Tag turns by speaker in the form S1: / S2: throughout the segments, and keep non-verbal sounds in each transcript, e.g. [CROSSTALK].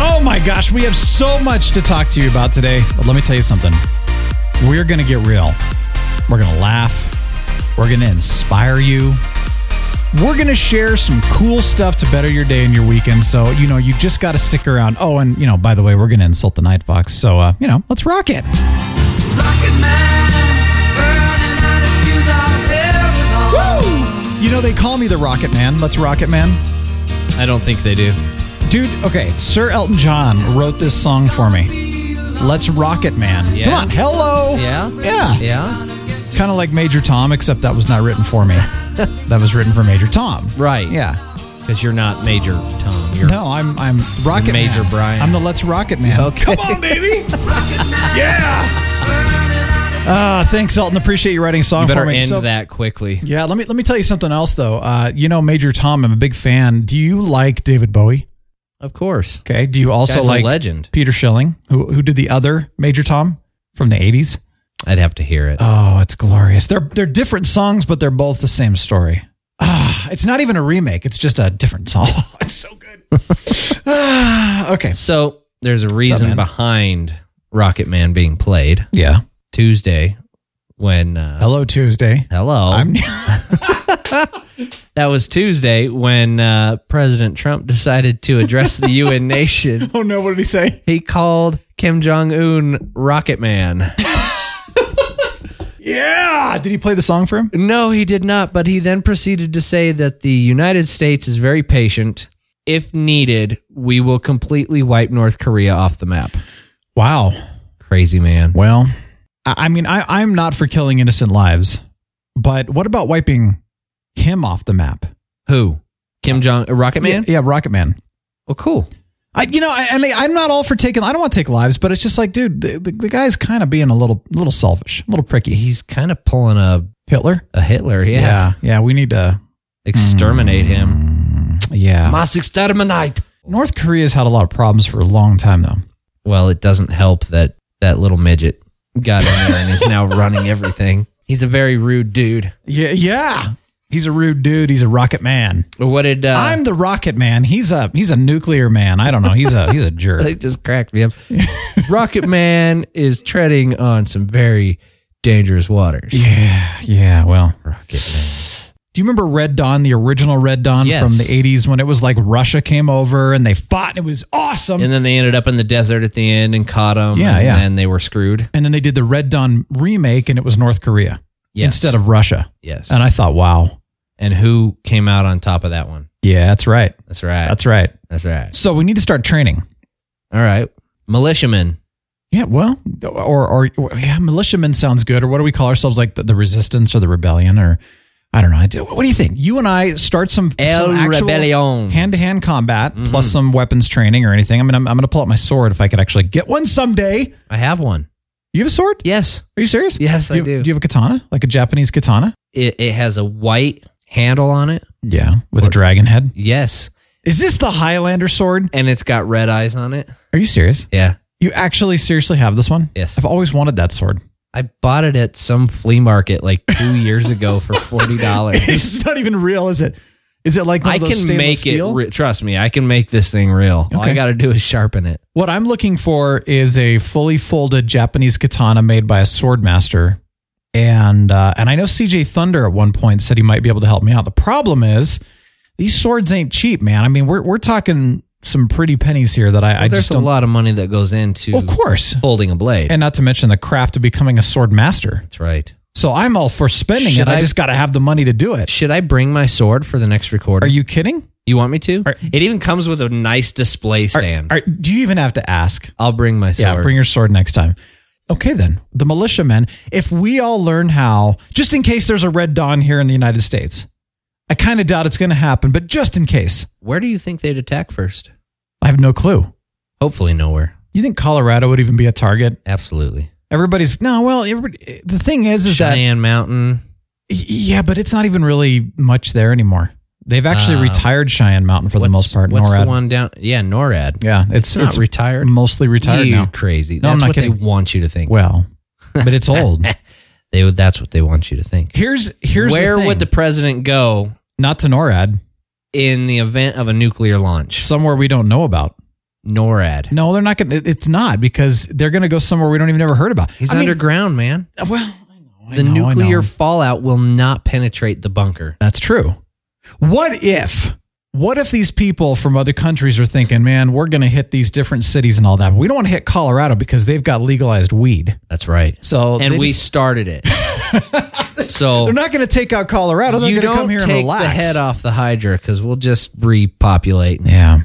S1: Oh my gosh, we have so much to talk to you about today. But let me tell you something. We're going to get real. We're going to laugh. We're going to inspire you. We're going to share some cool stuff to better your day and your weekend. So, you know, you just got to stick around. Oh, and, you know, by the way, we're going to insult the Night Fox. So, uh, you know, let's rock it. Woo! You know, they call me the Rocket Man. Let's Rocket Man.
S2: I don't think they do.
S1: Dude, okay, Sir Elton John wrote this song for me. Let's Rocket Man.
S2: Yeah.
S1: Come on, hello.
S2: Yeah?
S1: Yeah.
S2: Yeah?
S1: Kind of like Major Tom, except that was not written for
S2: [LAUGHS]
S1: me. that was written for Major Tom.
S2: Right.
S1: Yeah.
S2: Because you're not Major Tom. You're
S1: No, I'm I'm Rocket
S2: Major
S1: Man.
S2: Brian.
S1: I'm the Let's Rocket Man.
S2: Okay.
S1: Come on,
S2: [LAUGHS]
S1: baby. yeah. Uh, thanks, Elton. Appreciate you writing a song
S2: You better
S1: for me.
S2: end
S1: So-
S2: that quickly.
S1: Yeah, let me let me tell you something else though. Uh, you know, Major Tom, I'm a big fan. Do you like David Bowie?
S2: Of course.
S1: Okay. Do you also
S2: Guy's a
S1: like
S2: legend.
S1: Peter Schilling, who who did the other Major Tom from the 80s?
S2: I'd have to hear it.
S1: Oh, it's glorious. They're they're different songs, but they're both the same story. Ah, it's not even a remake. It's just a different song. [LAUGHS] it's so
S2: [LAUGHS]
S1: good. Ah, okay.
S2: so there's a
S1: man?
S2: reason behind Rocket Man being played
S1: Yeah.
S2: Tuesday when. Uh,
S1: Hello Tuesday.
S2: Hello.
S1: I'm [LAUGHS]
S2: that was Tuesday when uh, President Trump decided to address the [LAUGHS] UN nation.
S1: Oh no, what did he say?
S2: He called Kim Jong Un Rocket Man.
S1: Yeah. Did he play the song for him?
S2: No, he did not. But he then proceeded to say that the United States is very patient. If needed, we will completely wipe North Korea off the map.
S1: Wow.
S2: Crazy man.
S1: Well, I, I mean, I, I'm not for killing innocent lives, but what about wiping him off the map?
S2: Who? Kim Jong uh, Rocket Man?
S1: Yeah, yeah Rocket Man.
S2: Well, cool.
S1: I, you know, I, I mean, I'm not all for taking. I don't want to take lives, but it's just like, dude, the, the, the guy's kind of being a little, little selfish, a little pricky.
S2: He's kind of pulling a
S1: Hitler.
S2: a Hitler. Yeah.
S1: yeah, yeah, we need to.
S2: Exterminate him.
S1: Yeah,
S2: Mass exterminate.
S1: North Korea's had a lot of problems for a long time, though.
S2: Well, it doesn't help that that little midget got in there and is now running everything. He's a very rude dude.
S1: Yeah, yeah. He's a rude dude. He's a rocket man.
S2: What did uh,
S1: I'm the rocket man. He's a he's a nuclear man. I don't know. He's a he's a [LAUGHS] jerk.
S2: It just cracked me up. Rocket Man is treading on some very dangerous waters.
S1: yeah, yeah. Well,
S2: Rocket
S1: Do you remember Red Dawn, the original Red Dawn
S2: Yes.
S1: from the 80s when it was like Russia came over and they fought and it was awesome?
S2: Man. And then they ended up in the desert at the end and caught him.
S1: Um, Yeah,
S2: and
S1: yeah.
S2: then they were screwed.
S1: and then they did the Red Dawn remake and it was North Korea
S2: Yes.
S1: instead of Russia.
S2: yes.
S1: And I thought, wow.
S2: and who came out on top of that one?
S1: Yeah, that's right.
S2: That's right.
S1: That's right.
S2: That's right.
S1: So we need to start training.
S2: All right. Militiamen.
S1: Yeah, well, or or, or yeah, militiamen sounds good. Or what do we call ourselves? Like the, the resistance or the rebellion, or I don't know. I do- What do you think? You and I start some
S2: El Rebellion. Mm-hmm.
S1: hand to hand combat plus some weapons training or anything. I mean, I'm, I'm going to pull out my sword if I could actually get one someday.
S2: I have one.
S1: You have a sword?
S2: Yes.
S1: Are you serious?
S2: Yes,
S1: do
S2: I
S1: you,
S2: do.
S1: Do you have a katana, like a Japanese katana?
S2: It, it has a white handle on it.
S1: Yeah, with a dragon head.
S2: Yes.
S1: Is this the Highlander sword?
S2: And it's got red eyes on it.
S1: Are you serious?
S2: Yeah.
S1: You actually seriously have this one?
S2: Yes.
S1: I've always wanted that [LAUGHS] sword.
S2: I bought it at some flea market like two years
S1: [LAUGHS]
S2: ago for $40.
S1: it's not even real, is it? Is it like one
S2: I
S1: of those
S2: can
S1: stainless
S2: make
S1: steel?
S2: it. Re- trust me, I can make this thing real. All
S1: Okay.
S2: I got to do is sharpen it.
S1: What I'm looking for is a fully folded Japanese katana made by a sword master. And uh, and I know CJ Thunder at one point said he might be able to help me out. The problem is these swords ain't cheap, man. I mean, we're we're talking some pretty pennies here that I, I
S2: There's
S1: just
S2: a
S1: don't.
S2: lot of money that goes into
S1: Of course,
S2: folding a blade.
S1: and not to mention the craft of becoming a sword master.
S2: That's right.
S1: So I'm all for spending
S2: Should
S1: it. I,
S2: I-
S1: just got to have the money to do it.
S2: Should I bring my sword for the next recording?
S1: Are you kidding?
S2: You want me to?
S1: Are-
S2: it even comes with a nice display
S1: Are-
S2: stand.
S1: are- do you even have to ask?
S2: I'll bring my sword.
S1: Yeah, bring your sword next time. Okay, then the militiamen. If we all learn how, just in case there's a red dawn here in the United States, I kind of doubt it's going to happen, but just in case,
S2: Where do you think they'd attack first?
S1: I have no clue.
S2: Hopefully nowhere.
S1: You think Colorado would even be a target?
S2: Absolutely.
S1: Everybody's no. Well, everybody. The thing is, is that
S2: Cheyenne Mountain.
S1: yeah, but it's not even really much there anymore. They've actually
S2: Uh,
S1: retired Cheyenne Mountain for the
S2: What's-
S1: most part.
S2: What's
S1: NORAD.
S2: the one down? Yeah, NORAD.
S1: Yeah, it's
S2: It's not
S1: it's
S2: retired.
S1: Mostly retired
S2: you
S1: now.
S2: crazy.
S1: No,
S2: That's
S1: I'm not
S2: what
S1: kidding.
S2: they want you to think.
S1: Well, but
S2: [LAUGHS]
S1: it's old.
S2: They would. That's what they want you to think.
S1: Here's here's
S2: Where
S1: the
S2: would the
S1: thing.
S2: president go
S1: not to NORAD
S2: in the event of a nuclear launch?
S1: somewhere we don't know about.
S2: NORAD.
S1: No, they're not going. to It's not because they're going to go somewhere we don't even ever heard about.
S2: He's
S1: I mean, uh,
S2: underground, man.
S1: well, I know, I
S2: The
S1: know, I
S2: nuclear
S1: know.
S2: fallout will not penetrate the bunker.
S1: That's true. What if? What if these people from other countries are thinking, man, we're going to hit these different cities and all that. We don't want to hit Colorado because they've got legalized weed.
S2: That's right.
S1: So
S2: and
S1: they
S2: we
S1: just-
S2: started
S1: [LAUGHS]
S2: it. so
S1: they're not going to take out Colorado. They're
S2: you
S1: going to
S2: don't
S1: come here
S2: take
S1: and relax.
S2: the head off the hydra because we'll just repopulate and
S1: Yeah.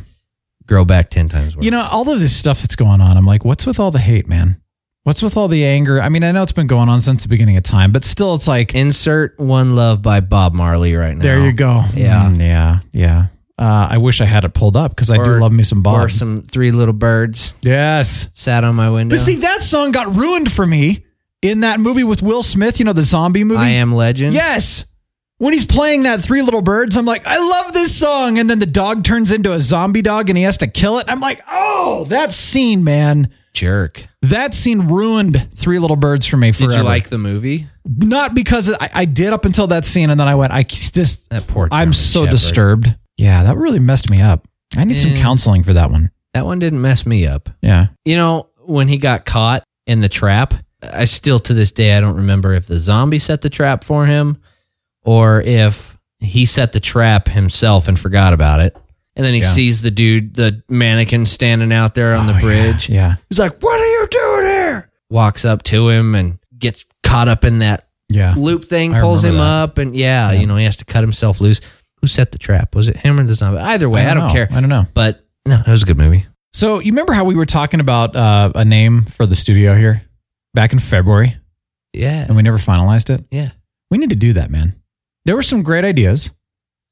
S2: grow back ten times worse.
S1: You know, all of this stuff that's going on, I'm like, what's with all the hate, man? What's with all the anger? I mean, I know it's been going on since the beginning of time, but still, it's like,
S2: insert "One Love" by Bob Marley right now.
S1: there you go.
S2: Yeah.
S1: Mm, yeah. Yeah. Uh, I wish I had it pulled up because I do
S2: Or-
S1: love me some Bob.
S2: Or some three little birds
S1: Yes.
S2: sat on my window.
S1: But see, that song got ruined for me in that movie with Will Smith, you know, the zombie movie.
S2: I am Legend.
S1: Yes. When he's playing that Three Little Birds, I'm like, I love this song. And then the dog turns into a zombie dog and he has to kill it. I'm like, oh, that scene, man.
S2: jerk.
S1: That scene ruined Three Little Birds for me
S2: Did
S1: forever.
S2: you like the movie?
S1: Not because I, I did up until that scene, and then I went, I just,
S2: That poor.
S1: I'm
S2: German
S1: so
S2: Shepherd.
S1: disturbed. Yeah, that really messed me up. I need some
S2: Yeah.
S1: counseling for that one.
S2: That one didn't mess me up.
S1: Yeah,
S2: You know, when he got caught in the trap, I still to this day I don't remember if the zombie set the trap for him or if he set the trap himself and forgot about it. And then he sees the dude, the mannequin standing out there on
S1: Oh,
S2: the
S1: yeah,
S2: bridge.
S1: Yeah,
S2: He's like, "What are you doing here?" Walks up to him and gets caught up in that
S1: yeah.
S2: loop thing,
S1: I
S2: pulls him
S1: remember that.
S2: up, and yeah, you know, he has to cut himself loose. Who set the trap? Was it him or the zombie? Either way, I don't,
S1: know.
S2: care.
S1: I don't know.
S2: But no, it was a good movie.
S1: So you remember how we were talking about uh, a name for the studio here back in February,
S2: Yeah,
S1: and we never finalized it.
S2: yeah.
S1: We need to do that, man. There were some great ideas.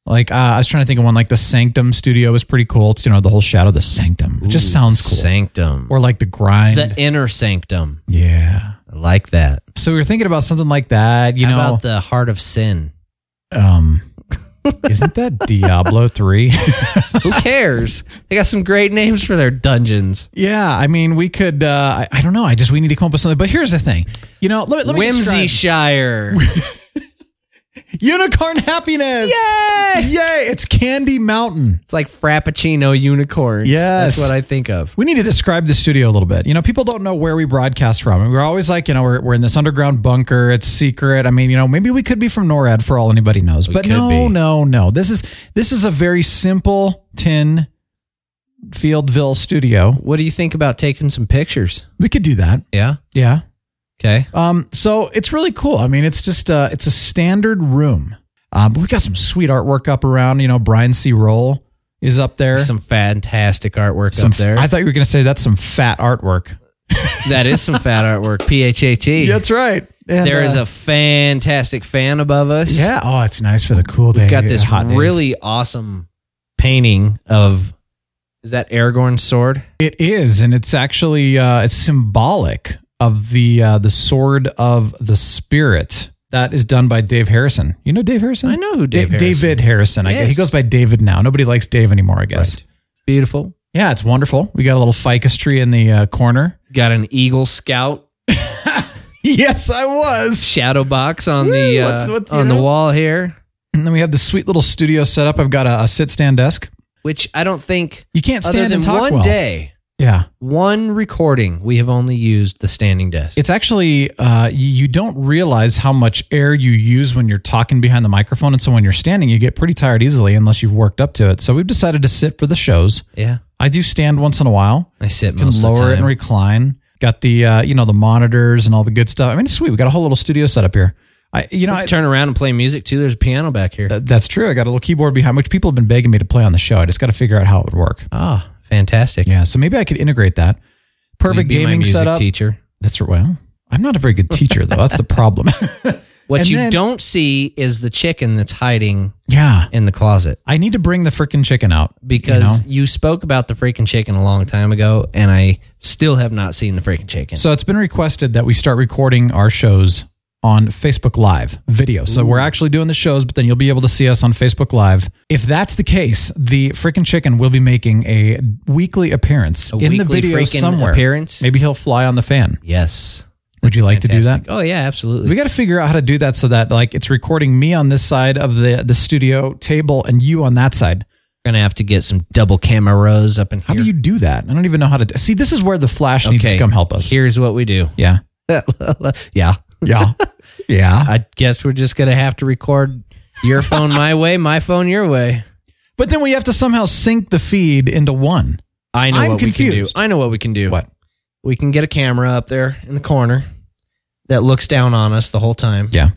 S1: Like uh, I was trying to think of one. Like the Sanctum Studio was pretty cool. It's you know the whole shadow of the Sanctum. It
S2: Ooh,
S1: just sounds cool.
S2: Sanctum
S1: or like the grind.
S2: the inner sanctum.
S1: yeah.
S2: I like that.
S1: So we were thinking about something like that. You
S2: How
S1: know,
S2: about the heart of sin?
S1: um, isn't [LAUGHS] that Diablo three? [LAUGHS]
S2: Who cares? they got some great names for their dungeons.
S1: yeah. I mean, we could. Uh, I, I don't know. I just we need to come up with something. But here's the thing. You know, let me let me
S2: Whimsy
S1: describe- [LAUGHS]
S2: Shire.
S1: Unicorn happiness. Yay! Yay! It's Candy Mountain.
S2: it's like Frappuccino unicorns.
S1: Yes.
S2: that's what I think of.
S1: We need to describe the studio a little bit. You know, people don't know where we broadcast from. And we're always like, you know, we're, we're in this underground bunker. It's secret. I mean, you know, maybe we could be from NORAD for all anybody knows. but
S2: could
S1: no,
S2: be.
S1: no, no. This is this is a very simple tin Fieldville studio.
S2: What do you think about taking some pictures?
S1: We could do that.
S2: Yeah.
S1: Yeah.
S2: Okay.
S1: Um, so it's really cool. I mean, it's just uh, it's a standard room. Uh, but we got some sweet artwork up around. You know, Brian C. Roll is up there.
S2: Some fantastic artwork
S1: Some
S2: up there.
S1: I thought you were going to say that's some fat artwork.
S2: that is some fat artwork. P H
S1: [LAUGHS]
S2: A T.
S1: right.
S2: There is a fantastic fan above us.
S1: yeah. Oh, it's nice for the cool day.
S2: We've got this
S1: hot days.
S2: really awesome painting of is that Aragorn's sword?
S1: It is, and it's actually uh, it's symbolic of the uh, the sword of the spirit. That is done by Dave Harrison. You know Dave Harrison?
S2: I know who Dave
S1: Da-
S2: Harrison
S1: David Harrison. I guess. He
S2: Yes.
S1: goes by David now. Nobody likes Dave anymore, I guess.
S2: Right. Beautiful.
S1: Yeah, it's wonderful. We got a little ficus tree in the uh,
S2: [LAUGHS]
S1: corner.
S2: Got an Eagle Scout
S1: Yes, I was.
S2: shadow box on the
S1: Woo,
S2: uh,
S1: what's- what's, you
S2: on
S1: know?
S2: the wall here,
S1: And then we have the sweet little studio set up. I've got a, a sit stand desk.
S2: which I don't think
S1: You can't stand
S2: other than
S1: and talk
S2: one
S1: well.
S2: day,
S1: Yeah,
S2: one recording, we have only used the standing desk.
S1: it's actually uh, you- you don't realize how much air you use when you're talking behind the microphone, and so when you're standing, you get pretty tired easily unless you've worked up to it. So we've decided to sit for the shows.
S2: yeah,
S1: I do stand once in a while.
S2: I sit
S1: You can
S2: most of the
S1: lower it
S2: time.
S1: and recline. Got the uh, you know the monitors and all the good stuff. I mean, it's sweet. We got a whole little studio set up here. I you know
S2: We
S1: I,
S2: can turn around and play music too. There's a piano back here.
S1: That- That's true. I got a little keyboard behind, which people have been begging me to play on the show. I just got to figure out how it would work.
S2: Ah, fantastic.
S1: Yeah, so maybe I could integrate that. Perfect
S2: You'd be my
S1: gaming
S2: music
S1: setup.
S2: teacher.
S1: That's well. I'm not a very good teacher though. That's the problem. [LAUGHS]
S2: What
S1: And
S2: you
S1: then-
S2: don't see is the chicken that's hiding
S1: Yeah.
S2: in the closet
S1: I need to bring the freaking chicken out you know?
S2: because you, spoke about the freaking chicken a long time ago, and I still have not seen the freaking chicken.
S1: So it's been requested that we start recording our shows on Facebook Live video. So we're actually doing the shows, but then you'll be able to see us on Facebook Live. If that's the case, the freaking chicken will be making a weekly appearance
S2: A
S1: in the
S2: weekly
S1: video
S2: freaking
S1: somewhere.
S2: appearance?
S1: Maybe he'll fly on the fan.
S2: yes,
S1: Would you like to do that?
S2: Fantastic. Oh yeah, absolutely.
S1: We got to figure out how to do that so that like it's recording me on this side of the the studio table and you on that side.
S2: We're gonna have to get some double cameras up in here.
S1: How do you do that? I don't even know how to do- see. This is where the Flash needs to come help us.
S2: Here's what we do.
S1: Yeah,
S2: [LAUGHS] yeah, [LAUGHS]
S1: yeah, yeah.
S2: I guess we're just gonna have to record your phone my way, my phone your way.
S1: But then we have to somehow sync the feed into one.
S2: I know
S1: I'm
S2: what we can do.
S1: confused.
S2: I know what we can do.
S1: What?
S2: We can get a camera up there in the corner that looks down on us the whole time.
S1: Yeah.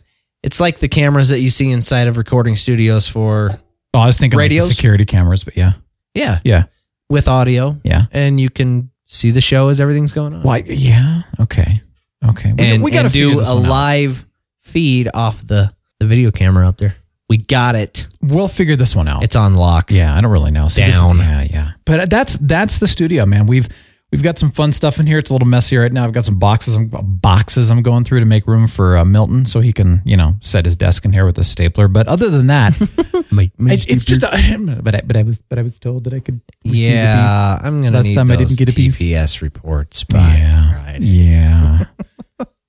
S2: It's like the cameras that you see inside of recording studios for
S1: Oh, I was thinking like the
S2: Radios?
S1: security cameras, but yeah,
S2: yeah,
S1: yeah,
S2: with audio
S1: yeah.
S2: and you can see the show as everything's going on.
S1: Why? Yeah. Okay. Okay. We,
S2: and,
S1: we got to
S2: and do a
S1: lot.
S2: live feed off the the video camera up there. We got it.
S1: We'll figure this one out.
S2: It's on lock.
S1: Oh. yeah. I don't really know. So this is-
S2: Down.
S1: yeah, yeah. But that's that's the studio, man. We've we've got some fun stuff in here. It's a little messy right now. I've got some boxes. I'm boxes. I'm going through to make room for uh, Milton so he can you know set his desk in here with a stapler. But other than
S2: [LAUGHS]
S1: that, it, it's just. A, [LAUGHS] but I, but I was but I was told that I could. receive a piece.
S2: yeah, I'm gonna
S1: Last
S2: need
S1: time I
S2: those
S1: didn't get a piece.
S2: TPS reports by
S1: Yeah.
S2: Friday.
S1: Yeah.
S2: [LAUGHS]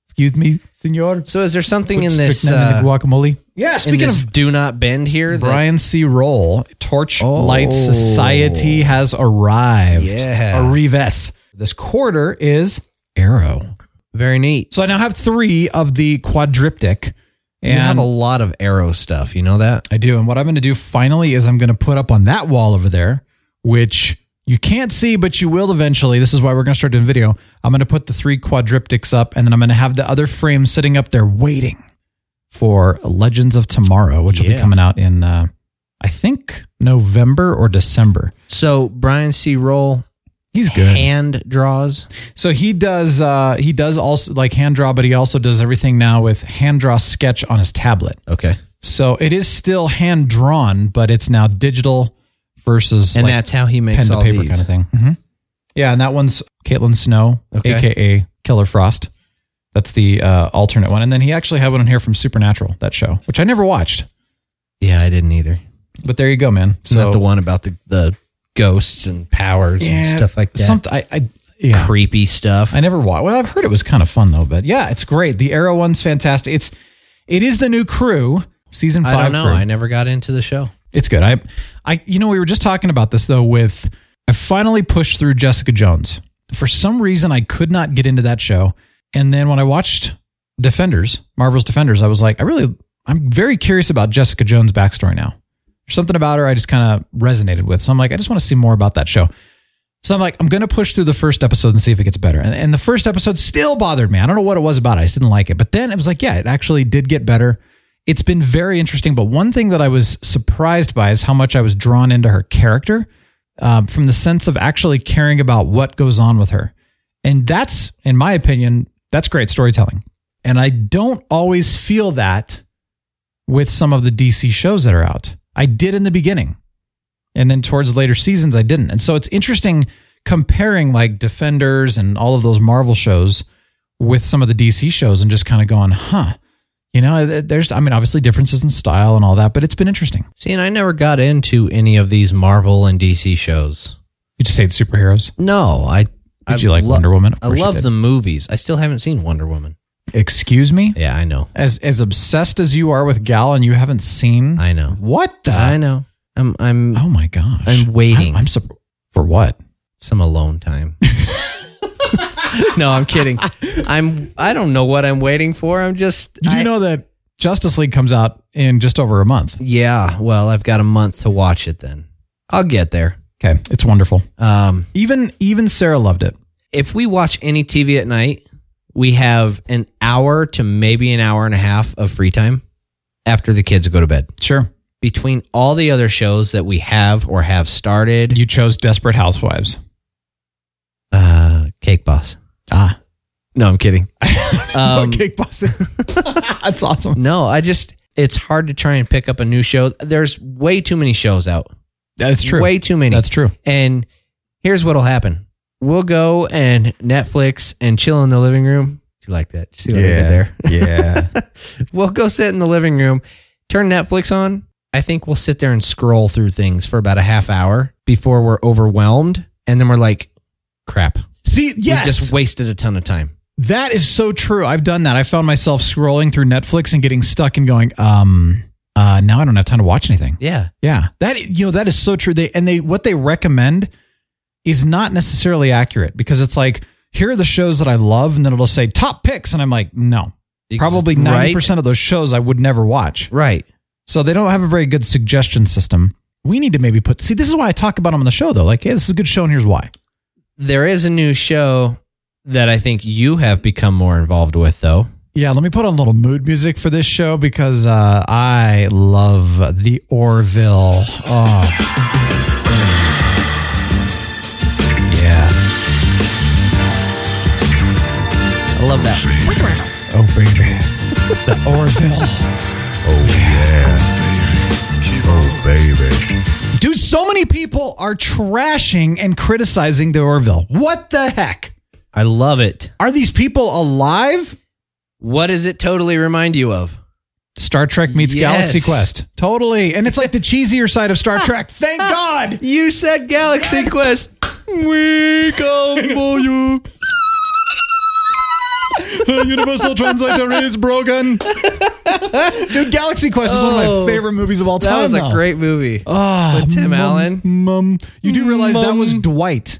S1: Excuse me, senor.
S2: So is there something
S1: Put
S2: in this
S1: strychnine in
S2: uh,
S1: the guacamole. Yeah.
S2: in
S1: Speaking
S2: this
S1: of
S2: do not bend here? that-
S1: Brian C. Roll, Torchlight
S2: Oh.
S1: Society has arrived.
S2: Yeah.
S1: Arriveth. This quarter is Arrow.
S2: very neat.
S1: So I now have three of the quadriptic.
S2: You have
S1: And
S2: a lot of arrow stuff. You know that?
S1: I do. And what I'm going to do finally is I'm going to put up on that wall over there, which you can't see, but you will eventually. This is why we're going to start doing video. I'm going to put the three quadriptics up, and then I'm going to have the other frame sitting up there waiting for Legends of Tomorrow, which will be
S2: Yeah.
S1: coming out in, uh, I think, November or December.
S2: So Brian C. Roll
S1: He's good.
S2: hand draws.
S1: So he does. Uh, he does also like hand draw, but he also does everything now with hand draw sketch on his tablet.
S2: Okay,
S1: So it is still hand drawn, but it's now digital versus
S2: and
S1: like,
S2: that's how he makes
S1: pen to
S2: all
S1: paper
S2: these. Mm-hmm.
S1: kind of thing. Yeah, and that one's Caitlin Snow,
S2: Okay.
S1: aka Killer Frost. That's the uh, alternate one, and then he actually had one in here from Supernatural, that show, which I never watched.
S2: Yeah, I didn't either.
S1: But there you go, man.
S2: Isn't that the one about the, the ghosts and powers and stuff like that?
S1: Something I, I yeah.
S2: creepy stuff.
S1: I never watched. Well, I've heard it was kind of fun though, but yeah, it's great. The Arrow one's fantastic. It's it is the new crew season five.
S2: I don't know.
S1: crew.
S2: I never got into the show.
S1: It's good. I, I, you know, we were just talking about this though. With I finally pushed through Jessica Jones. For some reason, I could not get into that show. And then when I watched Defenders, Marvel's Defenders, I was like, I really, I'm very curious about Jessica Jones' backstory now. There's something about her I just kind of resonated with. So I'm like, I just want to see more about that show. So I'm like, I'm gonna push through the first episode and see if it gets better. And, and the first episode still bothered me. I don't know what it was about. it. I just didn't like it. But then it was like, yeah, it actually did get better. It's been very interesting. But one thing that I was surprised by is how much I was drawn into her character um, from the sense of actually caring about what goes on with her. And that's, in my opinion, that's great storytelling. And I don't always feel that with some of the DC shows that are out. I did in the beginning and then towards later seasons I didn't. And so it's interesting comparing like Defenders and all of those Marvel shows with some of the DC shows and just kind of going, huh. You know, uh, th- there's, I mean, obviously differences in style and all that, but it's been interesting.
S2: See, and I never got into any of these Marvel and DC shows.
S1: You just say the superheroes.
S2: No, I. Did I
S1: you like Wonder Woman? Of
S2: I
S1: course you
S2: love
S1: did.
S2: the movies. I still haven't seen Wonder Woman.
S1: Excuse me?
S2: Yeah, I know.
S1: As as obsessed as you are with Gal and you haven't seen.
S2: I know.
S1: What the?
S2: I know. I'm. I'm
S1: Oh my gosh.
S2: I'm waiting.
S1: I, am sur- For what?
S2: some alone time. [LAUGHS] no, I'm kidding. I'm. I don't know what I'm waiting for. I'm just.
S1: You do
S2: I-
S1: know that Justice League comes out in just over a month.
S2: Yeah. Well, I've got a month to watch it. Then I'll get there.
S1: Okay. It's wonderful.
S2: Um,
S1: Even even Sarah loved it.
S2: if we watch any TV at night, we have an hour to maybe an hour and a half of free time after the kids go to bed.
S1: Sure.
S2: Between all the other shows that we have or have started,
S1: You chose Desperate Housewives.
S2: uh, Cake Boss.
S1: Ah.
S2: [LAUGHS] No, I'm kidding.
S1: Um, Cake bosses. That's awesome.
S2: No, I just it's hard to try and pick up a new show. There's way too many shows out.
S1: That's true.
S2: Way too many.
S1: That's true.
S2: And here's what'll happen. We'll go and Netflix and chill in the living room. Do you like that? You see what I did there?
S1: yeah.
S2: [LAUGHS] We'll go sit in the living room, turn Netflix on. I think we'll sit there and scroll through things for about a half hour before we're overwhelmed. And then we're like, crap.
S1: See, yes.
S2: We just wasted a ton of time.
S1: That is so true. I've done that. I found myself scrolling through Netflix and getting stuck and going, um, uh, now I don't have time to watch anything.
S2: Yeah.
S1: Yeah. That you know, that is so true. They and they what they recommend is not necessarily accurate because it's like, here are the shows that I love, and then it'll say top picks, and I'm like, no. Probably
S2: Ex-
S1: ninety percent of those shows I would never watch.
S2: Right.
S1: So they don't have a very good suggestion system. We need to maybe put see, this is why I talk about them on the show though. Like, hey, this is a good show and here's why.
S2: There is a new show that I think you have become more involved with, though.
S1: Yeah, let me put on a little mood music for this show because uh, I love the Orville. Oh. Yeah.
S2: I love that.
S1: Oh, baby. The Orville.
S3: Oh, baby.
S1: Dude, so many people are trashing and criticizing the Orville. What the heck?
S2: I love it.
S1: Are these people alive?
S2: What does it totally remind you of?
S1: Star Trek meets
S2: Yes.
S1: Galaxy Quest. Totally. And it's like the cheesier side of [LAUGHS] Star Trek. Thank God.
S2: You said Galaxy Quest. We [LAUGHS] come for you.
S1: The universal translator is broken. [LAUGHS] Dude, Galaxy Quest is one of
S2: Oh,
S1: my favorite movies of all time.
S2: That was a
S1: though.
S2: great movie.
S1: Ah,
S2: with Tim Allen.
S1: Mum. You do realize that was
S2: Mum.
S1: Dwight.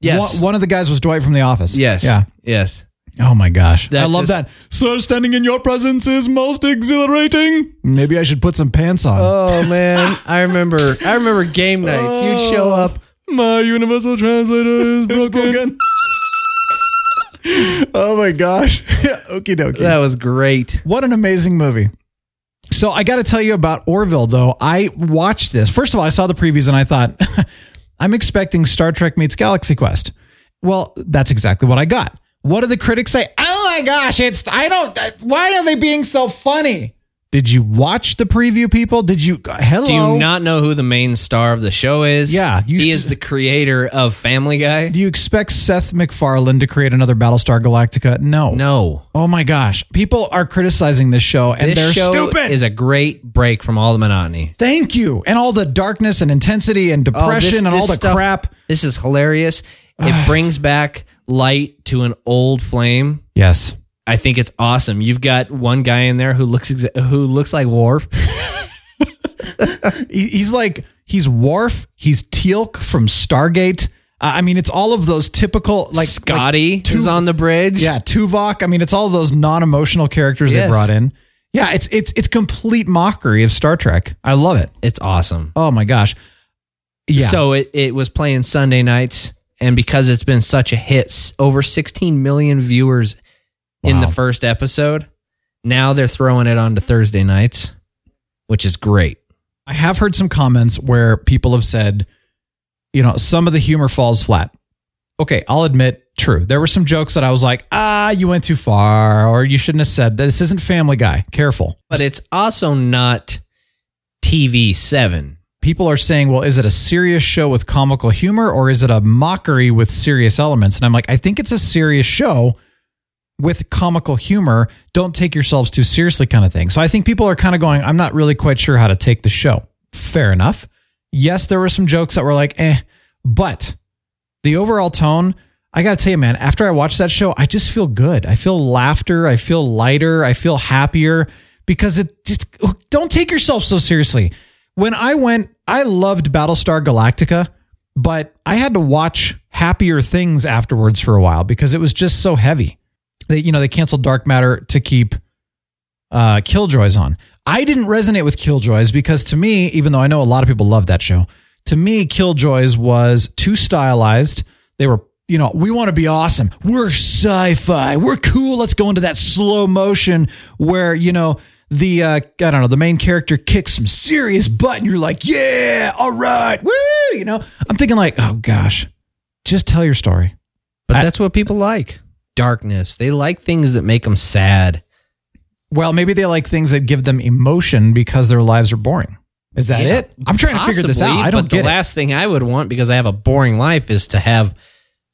S2: Yes.
S1: One, one of the guys was Dwight from The Office.
S2: Yes.
S1: Yeah.
S2: Yes.
S1: Oh my gosh.
S2: That
S1: I love
S2: just-
S1: that. Sir, standing in your presence is most exhilarating. Maybe I should put some pants on.
S2: Oh man, Oh. I remember. I remember game nights. You'd show up.
S1: My universal [LAUGHS] translator is broken. oh my gosh. [LAUGHS] Okie dokie.
S2: That was great.
S1: What an amazing movie. So I got to tell you about Orville, though. I watched this. First of all, I saw the previews and I thought, [LAUGHS] I'm expecting Star Trek meets Galaxy Quest. Well, that's exactly what I got. What do the critics say? Oh my gosh, it's, I don't, why are they being so funny? Did you watch the preview, people? Did you, hello?
S2: Do you not know who the main star of the show is?
S1: Yeah, you
S2: he
S1: s-
S2: is the creator of Family Guy.
S1: Do you expect Seth MacFarlane to create another Battlestar Galactica? No.
S2: No,
S1: Oh my gosh. People are criticizing this show and
S2: this
S1: they're
S2: show
S1: stupid.
S2: is a great break from all the monotony,
S1: Thank you. And all the darkness and intensity and
S2: Oh,
S1: depression
S2: this-
S1: and
S2: this
S1: all the
S2: stuff-
S1: crap.
S2: This is hilarious.
S1: [SIGHS]
S2: It brings back light to an old flame.
S1: Yes.
S2: I think it's awesome. You've got one guy in there who looks exa- who looks like Worf.
S1: [LAUGHS] He- He's like, he's Worf, he's Teal'c from Stargate. Uh, I mean, it's all of those typical, like
S2: Scotty
S1: like Tuv-
S2: is on the bridge.
S1: Yeah, Tuvok. I mean, it's all those non emotional characters
S2: Yes.
S1: they brought in. Yeah, it's it's it's complete mockery of Star Trek. I love it.
S2: it's awesome.
S1: Oh my gosh. Yeah.
S2: So it, it was playing Sunday nights, and because it's been such a hit, s- over 16 million viewers in
S1: Wow.
S2: the first episode. Now they're throwing it on to Thursday nights, which is great.
S1: I have heard some comments where people have said, you know, some of the humor falls flat. Okay, I'll admit, true. There were some jokes that I was like, ah, you went too far, or you shouldn't have said that. This isn't Family Guy. Careful.
S2: But it's also not TV seven.
S1: People are saying, well, is it a serious show with comical humor, or is it a mockery with serious elements? And I'm like, I think it's a serious show with comical humor. Don't take yourselves too seriously, kind of thing. So I think people are kind of going, I'm not really quite sure how to take the show. Fair enough. yes, there were some jokes that were like, eh, but the overall tone, I gotta tell you, man, after I watch that show, I just feel good. I feel laughter. I feel lighter. I feel happier because it just don't take yourself so seriously. When I went, I loved Battlestar Galactica, but I had to watch happier things afterwards for a while because it was just so heavy. They, you know, they canceled Dark Matter to keep uh, Killjoys on. I didn't resonate with Killjoys because to me, even though I know a lot of people love that show, to me, Killjoys was too stylized. They were, you know, we want to be awesome. We're sci fi. We're cool. Let's go into that slow motion where, you know, the, uh, I don't know, the main character kicks some serious butt and you're like, yeah, all right, woo, you know? I'm thinking like, oh gosh, just tell your story.
S2: But
S1: I-
S2: that's what people like. darkness. They like things that make them sad.
S1: Well, maybe they like things that give them emotion because their lives are boring. Is that it? I'm trying to figure this out.
S2: Possibly,
S1: I don't
S2: but the
S1: get it.
S2: last thing I would want because I have a boring life is to have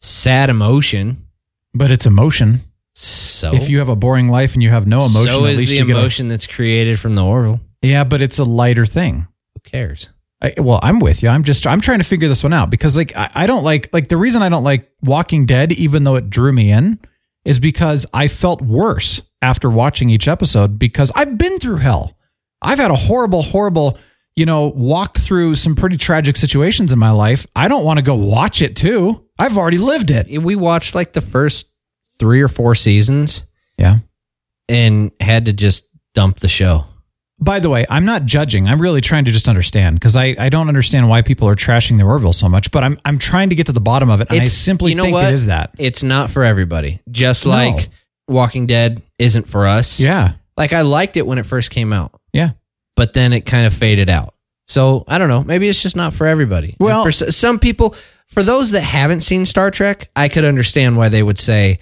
S2: sad emotion.
S1: But it's emotion.
S2: So
S1: If you have a boring life and you have no emotion,
S2: so
S1: at
S2: is
S1: least
S2: the
S1: you get a-
S2: emotion that's created from the Orville.
S1: yeah, but it's a lighter thing.
S2: Who cares?
S1: I, well, I'm with you. I'm just I'm trying to figure this one out because like I, I don't like like the reason I don't like Walking Dead, even though it drew me in, is because I felt worse after watching each episode because I've been through hell. I've had a horrible, horrible, you know, walk through some pretty tragic situations in my life. I don't want to go watch it too. I've already lived it.
S2: We watched like the first three or four seasons
S1: Yeah.
S2: and had to just dump the show.
S1: By the way, I'm not judging. I'm really trying to just understand because I, I don't understand why people are trashing the Orville so much, but I'm I'm trying to get to the bottom of it. And I simply
S2: you know
S1: think
S2: what?
S1: it is that.
S2: It's not for everybody. Just
S1: No.
S2: like Walking Dead isn't for us.
S1: Yeah.
S2: Like I liked it when it first came out,
S1: Yeah.
S2: but then it kind of faded out. So I don't know. Maybe it's just not for everybody.
S1: Well-
S2: And for s- some people, for those that haven't seen Star Trek, I could understand why they would say,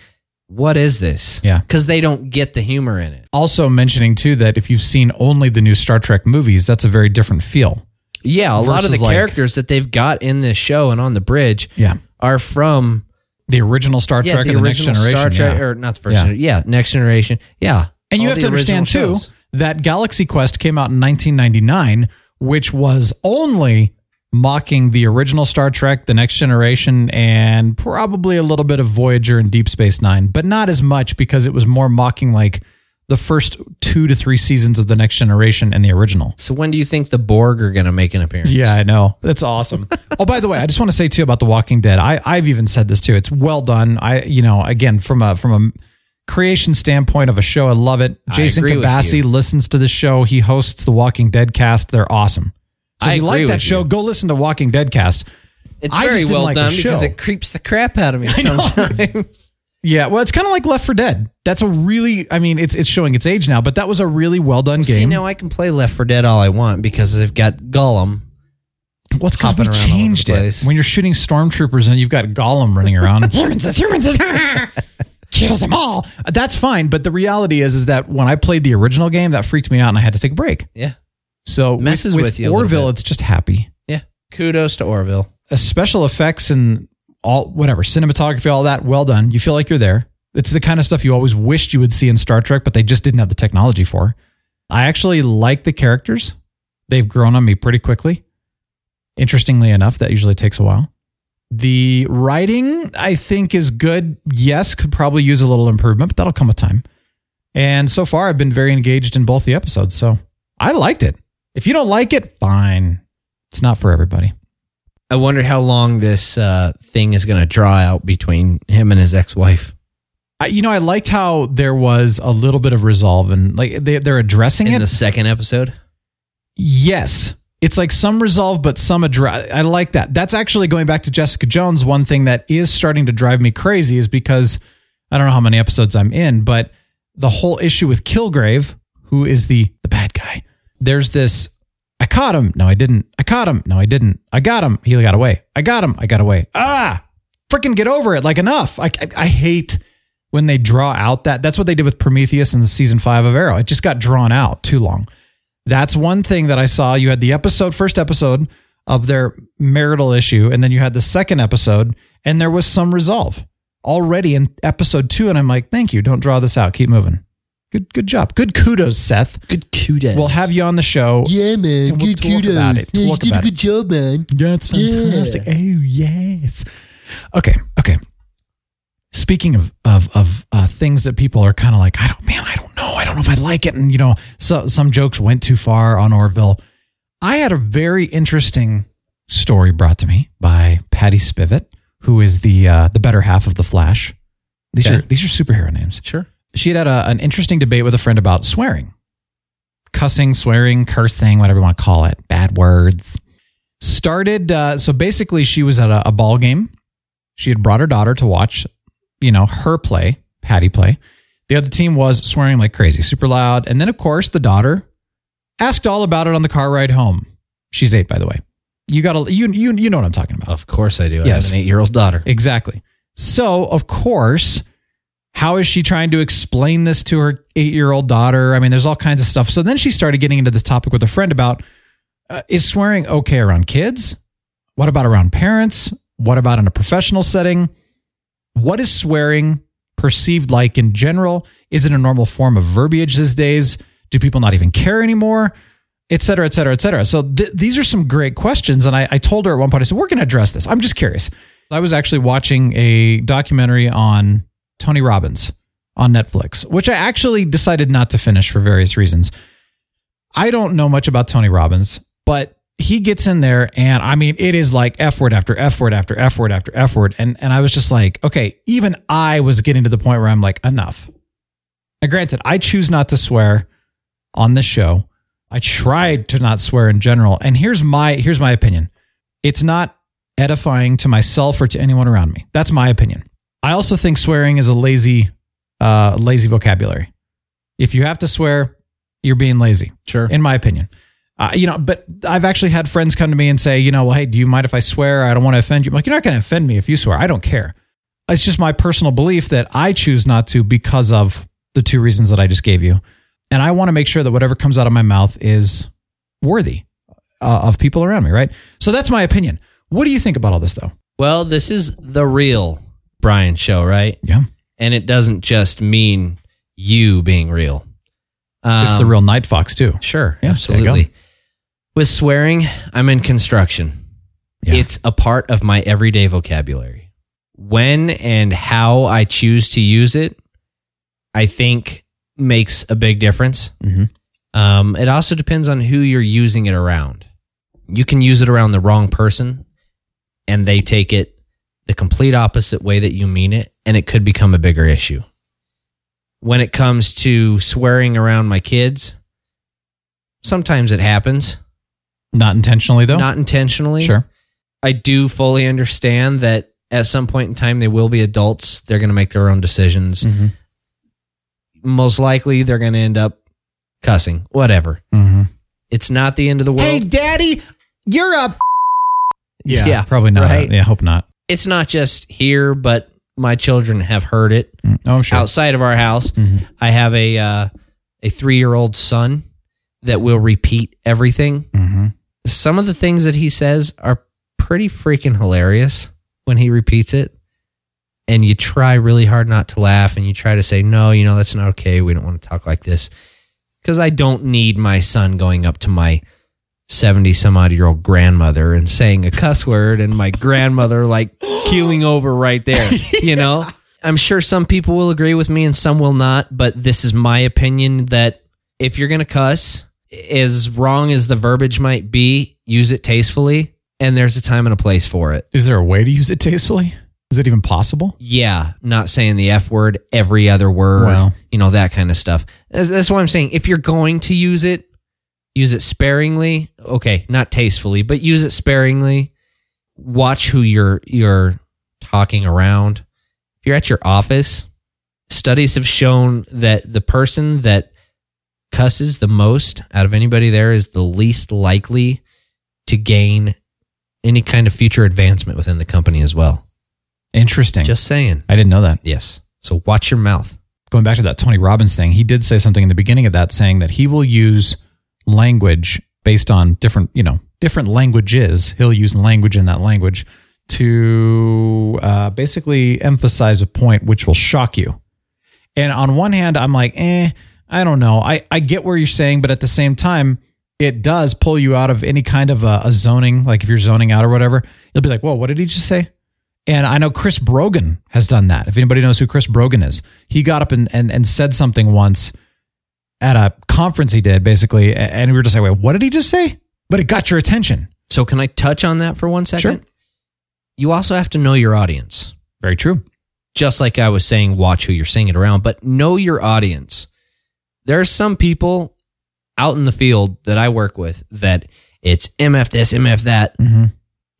S2: "What is this?"
S1: Yeah.
S2: because they don't get the humor in it.
S1: Also mentioning too that if you've seen only the new Star Trek movies, that's a very different feel.
S2: Yeah, a lot of the
S1: Versus, like-
S2: characters that they've got in this show and on the bridge
S1: Yeah.
S2: are from
S1: The original Star
S2: yeah,
S1: Trek
S2: the
S1: and the next
S2: original
S1: generation.
S2: Star Trek
S1: yeah.
S2: or not the first
S1: Yeah.
S2: generation. Yeah, next generation. Yeah.
S1: and you
S2: all
S1: have
S2: the
S1: to understand too
S2: original shows.
S1: that Galaxy Quest came out in 1999, which was only mocking the original Star Trek, the Next Generation, and probably a little bit of Voyager and Deep Space Nine, but not as much because it was more mocking like the first two to three seasons of the Next Generation and the original.
S2: So when do you think the Borg are going to make an appearance?
S1: Yeah, I know. That's awesome. [LAUGHS] oh, by the way, I just want to say too about The Walking Dead. I I've even said this too. It's well done. I you know, again, from a from a creation standpoint of a show, I love it.
S2: I
S1: Jason
S2: agree with
S1: Kabassi
S2: you.
S1: listens to the show. He hosts The Walking Dead cast. They're awesome. So
S2: I
S1: if you
S2: agree
S1: like that
S2: with
S1: show,
S2: you.
S1: go listen to Walking Dead cast.
S2: It's
S1: I
S2: very
S1: just didn't
S2: well
S1: like the
S2: done because
S1: show.
S2: it creeps the crap out
S1: [LAUGHS]
S2: of me
S1: know.
S2: sometimes.
S1: Yeah, well, it's kind of like Left for Dead. That's a really, I mean, it's it's showing its age now, but that was a really well done game.
S2: See, now I can play Left for Dead all I want because they've got Gollum.
S1: What's because we
S2: hopping around all over the
S1: changed it
S2: place.
S1: when you're shooting stormtroopers and you've got Gollum running
S2: [LAUGHS]
S1: around. humans, is humans, is kills them all. That's fine, but the reality is, is that when I played the original game, that freaked me out, and I had to take a break.
S2: Yeah.
S1: So
S2: Messes with you a little
S1: Orville,
S2: bit.
S1: it's just happy.
S2: Yeah. Kudos to Orville.
S1: Uh, special effects and all whatever cinematography, all that. Well done. You feel like you're there. It's the kind of stuff you always wished you would see in Star Trek, but they just didn't have the technology for. I actually like the characters. They've grown on me pretty quickly. Interestingly enough, that usually takes a while. The writing, I think, is good. Yes, could probably use a little improvement, but that'll come with time. And so far, I've been very engaged in both the episodes. So I liked it. If you don't like it, fine. It's not for everybody.
S2: I wonder how long this uh, thing is going to draw out between him and his ex-wife.
S1: I, you know, I liked how there was a little bit of resolve and like they, they're addressing
S2: In
S1: it.
S2: the second episode,
S1: yes. It's like some resolve, but some address. I like that. That's actually going back to Jessica Jones. One thing that is starting to drive me crazy is because I don't know how many episodes I'm in, but the whole issue with Kilgrave, who is the, the bad guy, there's this I caught him. No, I didn't. I caught him. No, I didn't. I got him. He got away. I got him. I got away. Ah, freaking get over it. Like enough. I, I, I hate when they draw out that. That's what they did with Prometheus in the season five of Arrow. It just got drawn out too long. That's one thing that I saw. You had the episode, first episode of their marital issue, and then you had the second episode, and there was some resolve already in episode two. And I'm like, thank you. Don't draw this out. Keep moving. Good, good job. Good kudos, Seth.
S2: good kudos.
S1: We'll have you on the show. Yeah, man. We'll talk about it. Talk about it.
S4: job, man.
S1: Yeah, it's fantastic. Oh yes. Okay. Okay. Speaking of of of uh, things that people are kind of like, I don't, man, I don't know, I don't know if I like it, and you know, so, some jokes went too far on Orville. I had a very interesting story brought to me by Patty Spivot, who is the uh, the better half of the Flash. These
S2: Okay.
S1: are these are superhero names.
S2: sure.
S1: She had had a, an interesting debate with a friend about swearing, cussing, swearing, cursing, whatever you want to call it, bad words. Started uh, so basically, she was at a, a ball game. She had brought her daughter to watch, you know, her play, Patty play. The other team was swearing like crazy, super loud, and then of course the daughter asked all about it on the car ride home. She's eight, by the way. You got to you you you know what I'm talking about.
S2: Of course I do. I
S1: Yes.
S2: have an eight-year-old daughter.
S1: Exactly. So, of course, How is she trying to explain this to her eight year old daughter? I mean, there's all kinds of stuff. So then she started getting into this topic with a friend about uh, is swearing okay around kids? What about around parents? What about in a professional setting? What is swearing perceived like in general? Is it a normal form of verbiage these days? Do people not even care anymore? Et cetera, et cetera, et cetera. So th- these are some great questions. And I, I told her at one point, I said, we're going to address this. I'm just curious. I was actually watching a documentary on Tony Robbins on Netflix, which I actually decided not to finish for various reasons. I don't know much about Tony Robbins, but he gets in there and I mean it is like F word after F word after F word after F word. And and I was just like, okay, even I was getting to the point where I'm like, enough. Now granted, I choose not to swear on this show. I tried to not swear in general. And here's my here's my opinion. It's not edifying to myself or to anyone around me. That's my opinion. I also think swearing is a lazy uh lazy vocabulary. If you have to swear, you're being lazy
S5: Sure.
S1: in my opinion. Uh, you know, but I've actually had friends come to me and say, you know, well, hey, do you mind if I swear? I don't want to offend you. I'm like, you're not going to offend me if you swear. I don't care. It's just my personal belief that I choose not to because of the two reasons that I just gave you. And I want to make sure that whatever comes out of my mouth is worthy uh, of people around me, right? So that's my opinion. What do you think about all this, though?
S2: Well, this is the real Brian show, right?
S1: Yeah.
S2: And it doesn't just mean you being real.
S1: it's the
S2: Um,
S1: real Night Fox, too.
S2: Sure,
S1: Yeah, there you go.
S2: absolutely. With swearing, I'm in construction.
S1: Yeah.
S2: It's a part of my everyday vocabulary. When and how I choose to use it, I think makes a big difference.
S1: Mhm.
S2: Um, it also depends on who you're using it around. You can use it around the wrong person, and they take it the complete opposite way that you mean it, and it could become a bigger issue. When it comes to swearing around my kids, sometimes it happens,
S1: Not intentionally, though.
S2: not intentionally.
S1: sure.
S2: I do fully understand that at some point in time they will be adults. They're going to make their own decisions.
S1: Mhm.
S2: Most likely they're going to end up cussing, whatever.
S1: Mm-hmm.
S2: It's not the end of the world.
S1: Hey, Daddy, you're up. Yeah,
S2: Yeah,
S1: probably not.
S2: right?
S1: Yeah, hope not.
S2: It's not just here, but my children have heard it
S1: Mm, Oh, I'm sure.
S2: outside of our house.
S1: Mhm.
S2: I have a uh, a 3-year-old son that will repeat everything.
S1: Mm-hmm.
S2: Some of the things that he says are pretty freaking hilarious when he repeats it. And you try really hard not to laugh and you try to say, "No, you know that's not okay. We don't want to talk like this." Cuz I don't need my son going up to my 70 some odd year old grandmother and saying a cuss word and my grandmother like keeling over right there you know i'm sure some people will agree with me and some will not but this is my opinion that if you're going to cuss as wrong as the verbiage might be use it tastefully and there's a time and a place for it
S1: Is there a way to use it tastefully? Is it even possible?
S2: yeah not saying the f word every other word
S1: Wow.
S2: you know that kind of stuff that's, that's what i'm saying if you're going to use it use it sparingly okay not tastefully but use it sparingly watch who you're you're talking around if you're at your office studies have shown that the person that cusses the most out of anybody there is the least likely to gain any kind of future advancement within the company as well
S1: Interesting.
S2: just saying
S1: I didn't know that.
S2: Yes. So watch your mouth.
S1: Going back to that Tony Robbins thing, he did say something in the beginning of that saying that he will use language based on different, you know, different languages. He'll use language in that language to uh, basically emphasize a point which will shock you. And on one hand, I'm like, eh, I don't know. I, I get where you're saying, but at the same time, it does pull you out of any kind of a, a zoning. Like if you're zoning out or whatever, you'll be like, whoa, what did he just say? And I know Chris Brogan has done that. If anybody knows who Chris Brogan is, he got up and, and, and said something once at a conference he did, basically. a- And we were just like, wait, what did he just say? But it got your attention.
S2: So can I touch on that for one second?
S1: Sure.
S2: You also have to know your audience.
S1: Very true.
S2: Just like I was saying, watch who you're saying it around, but know your audience. There are some people out in the field that I work with that it's MF this, MF that.
S1: Mm-hmm.